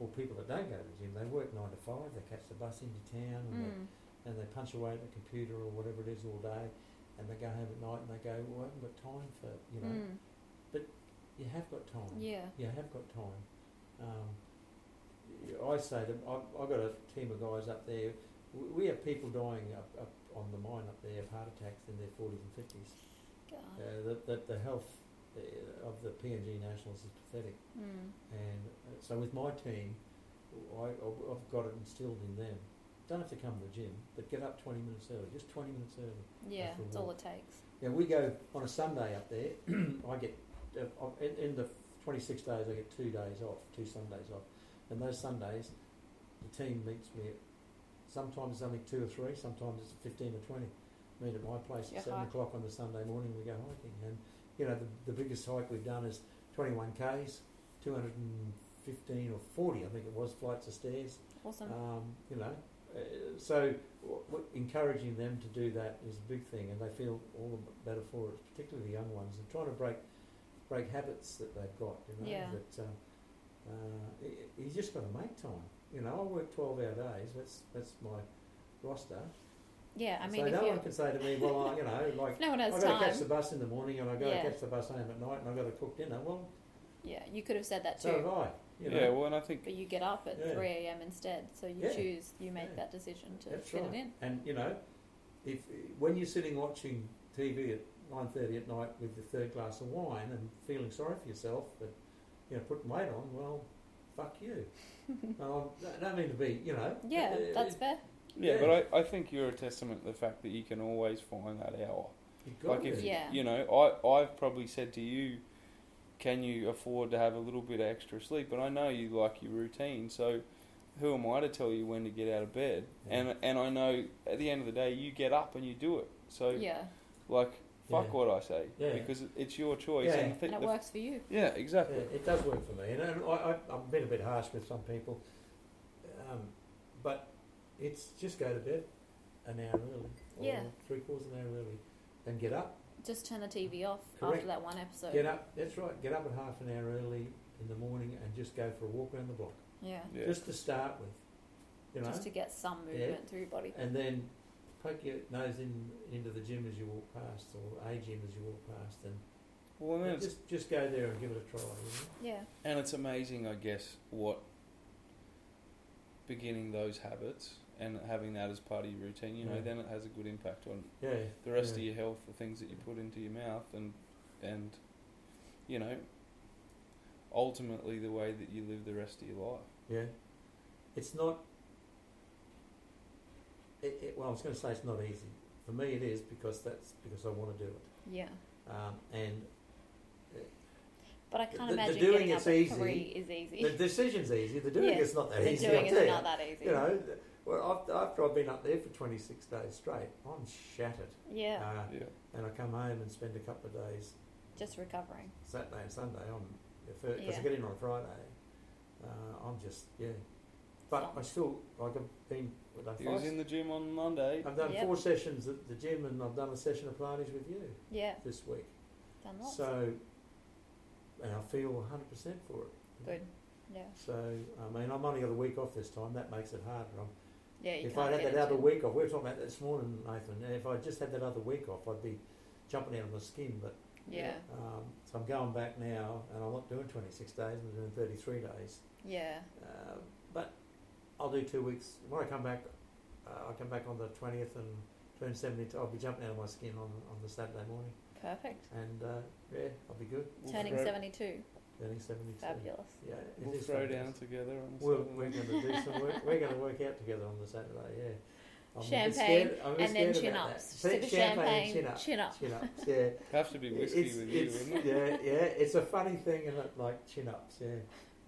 Speaker 3: or people that don't go to the gym, they work nine to five. They catch the bus into town and,
Speaker 4: Mm.
Speaker 3: they, and they punch away at the computer or whatever it is all day, and they go home at night and they go, well, I haven't got time for you know.
Speaker 4: Mm.
Speaker 3: You have got time.
Speaker 4: Yeah.
Speaker 3: Yeah, I have got time. Um, I say that I've, I've got a team of guys up there. We we have people dying up, up on the mine up there of heart attacks in their 40s and 50s.
Speaker 4: God.
Speaker 3: Uh, the, the, the health uh, of the PNG Nationals is pathetic.
Speaker 4: Mm.
Speaker 3: And uh, so with my team, I, I've- I've got it instilled in them. Don't have to come to the gym, but get up 20 minutes early, just 20 minutes early. That's
Speaker 4: Yeah,
Speaker 3: the
Speaker 4: it's all it takes.
Speaker 3: Yeah, we go on a Sunday up there. I get uh, I- in, in the 26 days, I get two days off, two Sundays off, and those Sundays, the team meets me. At, sometimes it's only two or three, sometimes it's 15 or 20. Meet at my place
Speaker 4: Yeah,
Speaker 3: at seven
Speaker 4: hike.
Speaker 3: o'clock on the Sunday morning. We go hiking, and you know the, the biggest hike we've done is 21 k's, 215 or 40, I think it was, flights of stairs.
Speaker 4: Awesome.
Speaker 3: Um, you know, uh, so w- w- encouraging them to do that is a big thing, and they feel all the b- better for it, particularly the young ones, and trying to break break habits that they've got. You know,
Speaker 4: Yeah.
Speaker 3: that um, uh, y- y- you just got to make time. You know, I work twelve hour days. That's that's my roster.
Speaker 4: yeah, I mean,
Speaker 3: so
Speaker 4: if
Speaker 3: no
Speaker 4: you
Speaker 3: one can say to me, well, I, you know, like.
Speaker 4: if no one
Speaker 3: I've
Speaker 4: has
Speaker 3: got to catch the
Speaker 4: time,
Speaker 3: bus in the morning, and I've got
Speaker 4: Yeah.
Speaker 3: to catch the bus home at night, and I've got to cook dinner. Well,
Speaker 4: yeah, you could have said that
Speaker 3: so have
Speaker 4: too.
Speaker 3: I. You know?
Speaker 2: yeah, well, and I think
Speaker 4: But you get up at
Speaker 3: Yeah.
Speaker 4: 3 a.m. instead, so you
Speaker 3: Yeah.
Speaker 4: choose, you make
Speaker 3: Yeah.
Speaker 4: that decision to
Speaker 3: That's
Speaker 4: fit
Speaker 3: right.
Speaker 4: it in.
Speaker 3: And you know, if when you're sitting watching TV at nine thirty at night with your third glass of wine and feeling sorry for yourself, but you know, putting weight on, well, fuck you. um, I don't mean to be, you know.
Speaker 4: Yeah,
Speaker 3: uh,
Speaker 4: that's fair.
Speaker 2: yeah,
Speaker 3: Yeah.
Speaker 2: but I, I think you're a testament to the fact that you can always find that hour.
Speaker 3: you've got
Speaker 2: like if
Speaker 3: to.
Speaker 4: Yeah.
Speaker 2: you know, I I've probably said to you, can you afford to have a little bit of extra sleep? But I know you like your routine, so who am I to tell you when to get out of bed?
Speaker 3: Yeah.
Speaker 2: And and I know at the end of the day you get up and you do it. So
Speaker 4: Yeah,
Speaker 2: like fuck
Speaker 3: Yeah.
Speaker 2: what I say
Speaker 3: Yeah.
Speaker 2: because it's your choice.
Speaker 3: Yeah.
Speaker 2: And I think
Speaker 4: and it
Speaker 2: the-
Speaker 4: works for you.
Speaker 2: yeah, exactly.
Speaker 3: Yeah, it does work for me, and and I, I, I've been a bit harsh with some people, um, but it's just go to bed an hour early, or
Speaker 4: Yeah.
Speaker 3: three quarters of an hour early, and get up.
Speaker 4: Just turn the TV off
Speaker 3: Correct.
Speaker 4: after that one episode.
Speaker 3: Get up. That's right. Get up at half an hour early in the morning and just go for a walk around the block,
Speaker 4: Yeah,
Speaker 2: Yeah.
Speaker 3: just to start with, you know.
Speaker 4: just to get some
Speaker 3: Yeah.
Speaker 4: movement through your body.
Speaker 3: and then poke your nose in into the gym as you walk past, or a gym as you walk past, and
Speaker 2: well, and
Speaker 3: yeah,
Speaker 2: it's
Speaker 3: just just go there and give it a try. You
Speaker 4: Yeah,
Speaker 2: And it's amazing, I guess, what beginning those habits and having that as part of your routine, you know,
Speaker 3: Yeah.
Speaker 2: then it has a good impact on
Speaker 3: know? Yeah.
Speaker 2: the rest
Speaker 3: yeah.
Speaker 2: of your health, the things that you put into your mouth, and and you know, ultimately the way that you live the rest of your life.
Speaker 3: Yeah. It's not. It, it, well, I was going to say it's not easy. For me, it is because that's because I want to do it,
Speaker 4: yeah.
Speaker 3: um, and
Speaker 4: But I can't
Speaker 3: The- the
Speaker 4: imagine
Speaker 3: doing
Speaker 4: getting
Speaker 3: it's
Speaker 4: up at
Speaker 3: easy.
Speaker 4: three is easy.
Speaker 3: the decision's easy. The doing
Speaker 4: Yeah.
Speaker 3: it's not that
Speaker 4: The
Speaker 3: easy.
Speaker 4: doing
Speaker 3: I'll
Speaker 4: is
Speaker 3: tell you.
Speaker 4: not that easy.
Speaker 3: You know, th- well, after, after I've been up there for 26 days straight, I'm shattered.
Speaker 4: yeah,
Speaker 3: Uh,
Speaker 2: Yeah.
Speaker 3: and I come home and spend a couple of days,
Speaker 4: just recovering.
Speaker 3: Saturday and Sunday, I'm, because I
Speaker 4: Yeah.
Speaker 3: get in on a Friday, uh, I'm just, yeah. But I still, like, I've been, what, I've
Speaker 2: He was in the gym on Monday.
Speaker 3: I've done
Speaker 4: Yep.
Speaker 3: four sessions at the gym and I've done a session of Pilates with you
Speaker 4: Yeah,
Speaker 3: this week.
Speaker 4: done lots.
Speaker 3: So, and I feel 100% for it.
Speaker 4: Good. Yeah,
Speaker 3: So, I mean, I'm only got a week off this time. That makes it harder. I'm
Speaker 4: yeah. You
Speaker 3: if
Speaker 4: can't
Speaker 3: I'd had
Speaker 4: get
Speaker 3: that
Speaker 4: into
Speaker 3: other
Speaker 4: it.
Speaker 3: week off, we were talking about that this morning, Nathan. and If I just had that other week off, I'd be jumping out of my skin. But
Speaker 4: Yeah,
Speaker 3: um, so I'm going back now, and I'm not doing 26 days. I'm doing 33 days.
Speaker 4: yeah,
Speaker 3: Uh, but I'll do two weeks when I come back. Uh, I come back on the 20th and turn 70. I'll be jumping out of my skin on on the Saturday morning,
Speaker 4: perfect.
Speaker 3: and uh, yeah, I'll be good.
Speaker 2: We'll
Speaker 4: Turning
Speaker 2: throw,
Speaker 4: seventy-two,
Speaker 3: Turning 72.
Speaker 4: fabulous.
Speaker 3: Yeah, it
Speaker 2: We'll
Speaker 3: is
Speaker 2: throw
Speaker 3: fabulous.
Speaker 2: down together. On
Speaker 3: We're,
Speaker 2: Saturday.
Speaker 3: we're going to do some work. We're going to work out together on the Saturday, yeah. I'm a bit
Speaker 4: Champagne
Speaker 3: scared- I'm a bit
Speaker 4: and then
Speaker 3: scared
Speaker 4: chin
Speaker 3: about
Speaker 4: ups.
Speaker 3: that.
Speaker 4: Sip of
Speaker 3: Champagne,
Speaker 4: champagne,
Speaker 3: chin up.
Speaker 4: chin up.
Speaker 3: Chin ups, yeah.
Speaker 2: Have to be whiskey
Speaker 3: It's-
Speaker 2: with you,
Speaker 3: it's-
Speaker 2: wouldn't it?
Speaker 3: Yeah, yeah. It's a funny thing, and it, like chin ups, yeah.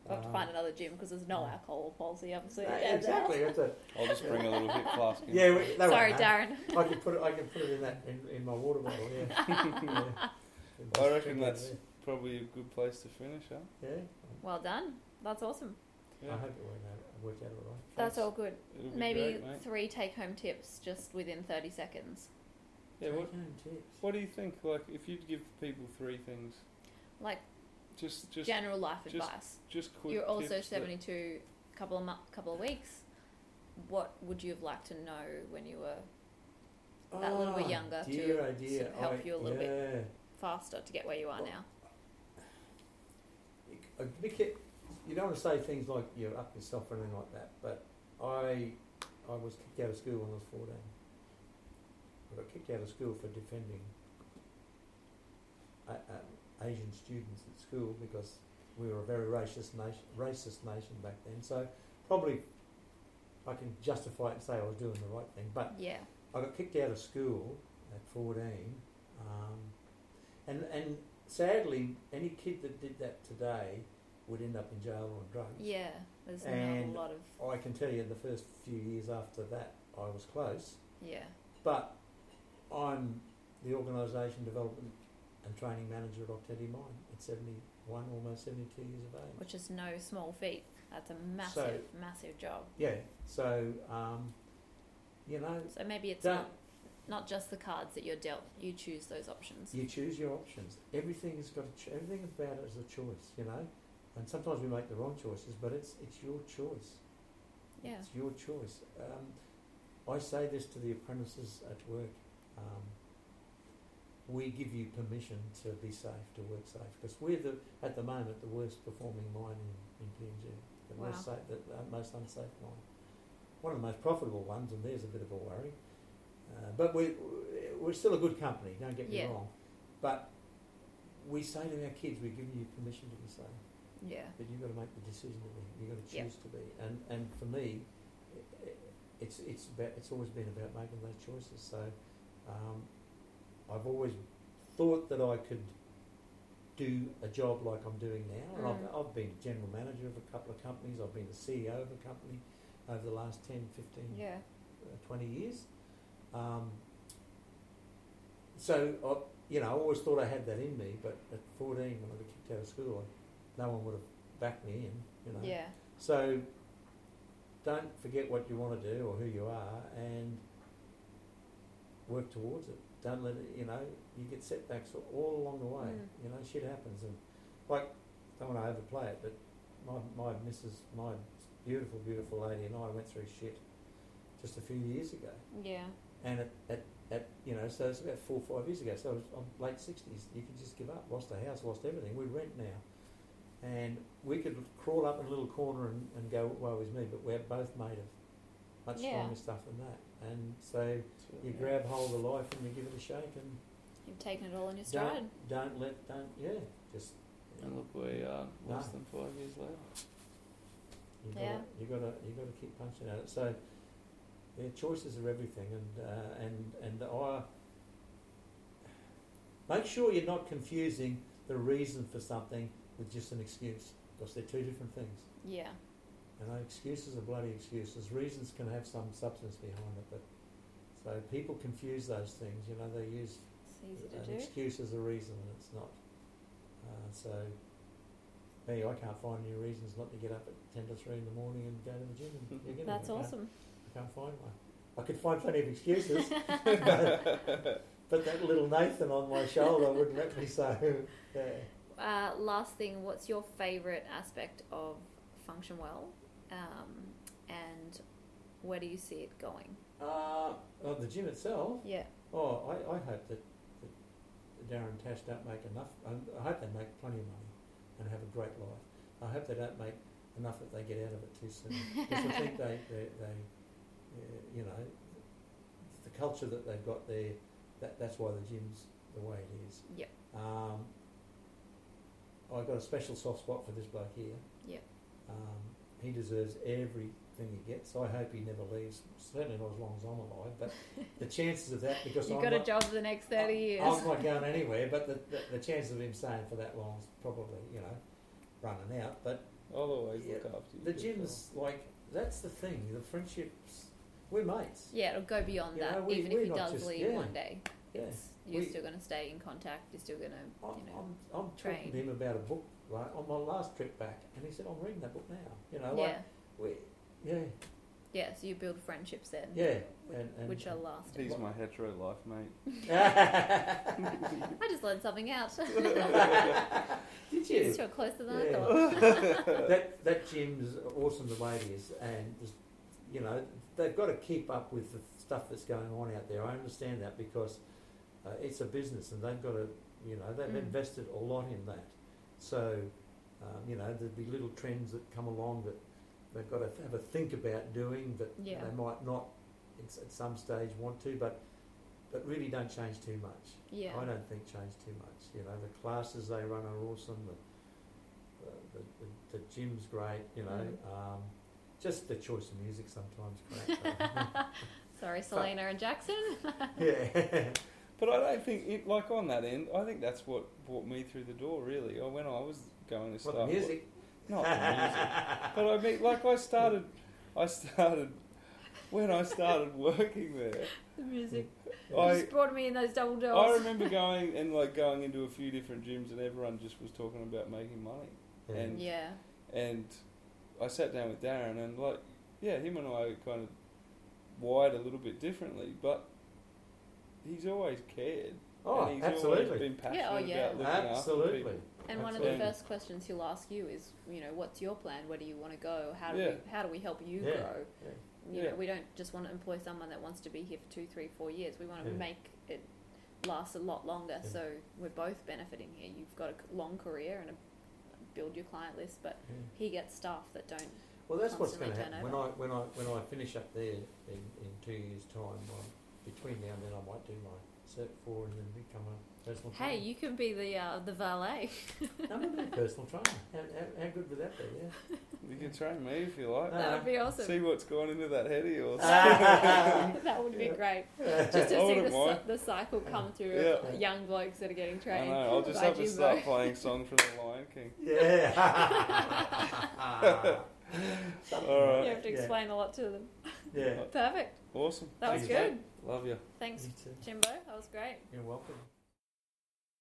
Speaker 4: We'll have to
Speaker 3: Um,
Speaker 4: find another gym because there's no alcohol policy, obviously.
Speaker 3: uh,
Speaker 4: at Dan's house.
Speaker 3: exactly. It's a,
Speaker 2: I'll just bring a little hip flask. In.
Speaker 3: yeah, we, they
Speaker 4: Sorry,
Speaker 3: won't know.
Speaker 4: Darren.
Speaker 3: I can put it. I can put it in that in, in my water bottle. Yeah. yeah.
Speaker 2: I reckon that's probably a good place to finish, huh?
Speaker 3: yeah.
Speaker 4: Well done. That's awesome.
Speaker 2: Yeah.
Speaker 3: I hope it worked out, worked out all right.
Speaker 4: That's all good.
Speaker 2: It'll be
Speaker 4: Maybe
Speaker 2: great, mate.
Speaker 4: three take home tips just within 30 seconds.
Speaker 2: Yeah, what,
Speaker 3: Take-home tips.
Speaker 2: what do you think? Like, if you'd give people three things,
Speaker 4: Like
Speaker 2: just just
Speaker 4: general life
Speaker 2: just
Speaker 4: advice.
Speaker 2: just quick.
Speaker 4: You're also
Speaker 2: tips that-
Speaker 4: 72, couple of, mu- couple of weeks. What would you have liked to know when you were that little bit
Speaker 3: Ah,
Speaker 4: younger to
Speaker 3: dear, oh
Speaker 4: sort
Speaker 3: dear.
Speaker 4: of help
Speaker 3: I-
Speaker 4: you a little bit.
Speaker 3: yeah.
Speaker 4: faster to get where you are
Speaker 3: Well,
Speaker 4: now?
Speaker 3: You c- uh, be care- you don't want to say things like you're up yourself or anything like that, but I I was kicked out of school when I was 14. I got kicked out of school for defending a, um, Asian students at school because we were a very racist nation, racist nation back then. So probably I can justify it and say I was doing the right thing, but
Speaker 4: Yeah.
Speaker 3: I got kicked out of school at 14, um, and and sadly, any kid that did that today would end up in jail on drugs.
Speaker 4: Yeah. There's
Speaker 3: And-
Speaker 4: not a lot of.
Speaker 3: I can tell you, the first few years after that, I was close,
Speaker 4: Yeah.
Speaker 3: but I'm the organisation development and training manager at Octetti Mine at 71, almost 72 years of age.
Speaker 4: Which is no small feat. That's a massive, massive job.
Speaker 3: Yeah, so um, you know,
Speaker 4: So maybe it's
Speaker 3: That-
Speaker 4: not, not just the cards that you're dealt. You choose those options.
Speaker 3: You choose your options. Everything has got a ch- everything about it is a choice, you know. And sometimes we make the wrong choices, but it's it's your choice.
Speaker 4: Yeah.
Speaker 3: It's your choice. Um, I say this to the apprentices at work. Um, we give you permission to be safe, to work safe, because we're the at the moment the worst performing mine in, in PNG, the most safe, the uh, most unsafe mine, one of the most profitable ones, and there's a bit of a worry. Uh, but we we're still a good company. Don't get me
Speaker 4: Yeah.
Speaker 3: wrong, but we say to our kids, we're giving you permission to be safe.
Speaker 4: Yeah.
Speaker 3: But you've got to make the decision to be. You've got to
Speaker 4: Yeah.
Speaker 3: choose to be. And and for me, i- i- it's it's about, it's always been about making those choices. So um, I've always thought that I could do a job like I'm doing now. And
Speaker 4: Mm.
Speaker 3: I've, I've been general manager of a couple of companies. I've been the CEO of a company over the last 10, 15
Speaker 4: Yeah.
Speaker 3: uh, 20 years. Um, so, I, you know, I always thought I had that in me, but at 14, when I got kicked out of school, I, no one would have backed me in, you know.
Speaker 4: Yeah.
Speaker 3: So, don't forget what you want to do or who you are and work towards it. Don't let it, you know, you get setbacks a- all along the way.
Speaker 4: Mm.
Speaker 3: You know, shit happens. And, like, don't want to overplay it, but my, my missus, my beautiful, beautiful lady and I went through shit just a few years ago.
Speaker 4: Yeah.
Speaker 3: And at, at, at you know, so it's about four or five years ago. So I was I'm late sixties. You could just give up. Lost a house. Lost everything. We rent now, and we could crawl up in a little corner and, and go, "Woe is me!" But we're both made of much
Speaker 4: Yeah.
Speaker 3: stronger stuff than that. And so
Speaker 2: So,
Speaker 3: you
Speaker 2: yeah.
Speaker 3: grab hold of life and you give it a shake and
Speaker 4: You've taken it all in your stride.
Speaker 3: don't don't let don't yeah just.
Speaker 2: And look where you are, less
Speaker 3: No.
Speaker 2: than five years later.
Speaker 3: You gotta,
Speaker 4: Yeah.
Speaker 3: you gotta, you gotta keep punching at it. So, yeah, choices are everything, and uh, and and I make sure you're not confusing the reason for something with just an excuse, because they're two different things.
Speaker 4: Yeah.
Speaker 3: You know, excuses are bloody excuses. Reasons can have some substance behind it, but so people confuse those things. You know, they use
Speaker 4: It's easy
Speaker 3: an
Speaker 4: to do.
Speaker 3: excuse as a reason, and it's not. Uh, so, me, I can't find any reasons not to get up at ten to three in the morning and go to the gym. And do anything.
Speaker 4: That's
Speaker 3: I can't-
Speaker 4: awesome.
Speaker 3: I can't find one. I could find plenty of excuses, but, but that little Nathan on my shoulder wouldn't let me. So, yeah.
Speaker 4: Uh, last thing, what's your favourite aspect of Function Well, um, and where do you see it going?
Speaker 3: Uh, well, the gym itself.
Speaker 4: Yeah.
Speaker 3: Oh, I, I hope that, that Darren and Tash don't make enough. I, I hope they make plenty of money and have a great life. I hope they don't make enough that they get out of it too soon. Because I think they, they, they uh, you know, the culture that they've got there, that, that's why the gym's the way it is.
Speaker 4: Yep.
Speaker 3: Um, I've got a special soft spot for this bloke here.
Speaker 4: Yep.
Speaker 3: Um, he deserves everything he gets. I hope he never leaves. Certainly not as long as I'm alive. But the chances of that, because
Speaker 4: You've
Speaker 3: I'm
Speaker 4: got a
Speaker 3: not-
Speaker 4: job for the next 30 years.
Speaker 3: I'm not going anywhere, but the, the, the chances of him staying for that long is probably, you know, running out. But
Speaker 2: I'll always look
Speaker 3: Yeah.
Speaker 2: after you.
Speaker 3: the
Speaker 2: good
Speaker 3: gym's like, that's the thing, the friendships, we're mates.
Speaker 4: yeah, it'll go beyond
Speaker 3: You
Speaker 4: that,
Speaker 3: know, we-
Speaker 4: even
Speaker 3: we're
Speaker 4: if he
Speaker 3: not
Speaker 4: does
Speaker 3: just-
Speaker 4: leave
Speaker 3: yeah.
Speaker 4: one day.
Speaker 3: Yeah.
Speaker 4: It's, you're
Speaker 3: We-
Speaker 4: still going to stay in contact. You're still going
Speaker 3: I'm,
Speaker 4: to, you know,
Speaker 3: I'm, I'm talking
Speaker 4: train.
Speaker 3: to him about a book like, on my last trip back, and he said, I'm reading that book now. You know,
Speaker 4: yeah,
Speaker 3: like, we, yeah,
Speaker 4: yeah. So you build friendships then,
Speaker 3: yeah.
Speaker 4: which,
Speaker 3: And, and
Speaker 4: which are lasting.
Speaker 2: He's my hetero life mate.
Speaker 4: I just learned something out.
Speaker 3: Did you?
Speaker 4: it's so closer than I
Speaker 3: Yeah.
Speaker 4: thought.
Speaker 3: that that gym's awesome the way it is, and just, you know they've got to keep up with the stuff that's going on out there. I understand that because uh, it's a business, and they've got to you know they've
Speaker 4: Mm.
Speaker 3: invested a lot in that. So um, you know there'd be little trends that come along that they've got to have a think about doing that
Speaker 4: Yeah.
Speaker 3: they might not at, at some stage want to, but but really don't change too much.
Speaker 4: Yeah.
Speaker 3: I don't think changed too much. You know, the classes they run are awesome. The the, the, the gym's great. You know,
Speaker 4: Mm.
Speaker 3: um, just the choice of music sometimes great.
Speaker 4: Sorry, Selena and Jackson.
Speaker 3: yeah,
Speaker 2: But I don't think, it, like on that end, I think that's what brought me through the door. Really, or when I was going to start
Speaker 3: what the music?
Speaker 2: not the music. But I mean, like I started, I started when I started working there.
Speaker 4: the music
Speaker 2: I-
Speaker 4: just brought me in those double
Speaker 2: I
Speaker 4: doors.
Speaker 2: remember going and like going into a few different gyms, and everyone just was talking about making money.
Speaker 3: Yeah.
Speaker 2: and-
Speaker 4: yeah.
Speaker 2: And I sat down with Darren, and like, yeah, him and I kind of wired a little bit differently, but he's always cared.
Speaker 3: oh,
Speaker 2: and he's always
Speaker 3: absolutely,
Speaker 2: been passionate
Speaker 4: Yeah, oh, yeah.
Speaker 2: about looking after
Speaker 3: absolutely.
Speaker 2: people.
Speaker 4: And one of
Speaker 2: Absolutely.
Speaker 4: the first questions he'll ask you is, you know, what's your plan? Where do you want to go? How do
Speaker 2: Yeah.
Speaker 4: we how do we help you
Speaker 3: Yeah.
Speaker 4: grow?
Speaker 3: Yeah.
Speaker 4: You
Speaker 2: Yeah.
Speaker 4: know, we don't just want to employ someone that wants to be here for two, three, four years. We want to
Speaker 3: Yeah.
Speaker 4: make it last a lot longer,
Speaker 3: Yeah.
Speaker 4: so we're both benefiting here. You've got a c- long career and a, build your client list, but
Speaker 3: Yeah.
Speaker 4: he gets staff that don't.
Speaker 3: Well, that's what's going
Speaker 4: constantly
Speaker 3: to happen when
Speaker 4: turn
Speaker 3: I when I when I finish up there in, in two years' time. i between now and then, I might do my cert four and then become a personal
Speaker 4: Hey,
Speaker 3: trainer.
Speaker 4: you can be the uh, the valet.
Speaker 3: No, I'm a personal trainer. How, how, how good would that be? Yeah.
Speaker 2: You can train me if you like.
Speaker 3: Uh,
Speaker 4: that would be awesome.
Speaker 2: See what's gone into that head of yours.
Speaker 3: Ah.
Speaker 4: that would be great. Just
Speaker 2: I
Speaker 4: to see
Speaker 2: wouldn't
Speaker 4: the, cy-
Speaker 2: mind.
Speaker 4: the cycle come through
Speaker 3: Yeah.
Speaker 4: of young blokes that are getting
Speaker 2: I
Speaker 4: trained.
Speaker 2: know. I'll just
Speaker 4: by
Speaker 2: have to
Speaker 4: Jimbo.
Speaker 2: start playing song from The Lion King.
Speaker 3: Yeah.
Speaker 2: All right.
Speaker 4: You have to
Speaker 3: Yeah.
Speaker 4: explain a lot to them.
Speaker 3: yeah.
Speaker 4: Perfect.
Speaker 2: Awesome.
Speaker 4: That was
Speaker 3: Thanks,
Speaker 4: good.
Speaker 2: Love you.
Speaker 4: Thanks,
Speaker 3: You too.
Speaker 4: Jimbo. That was great.
Speaker 3: You're welcome.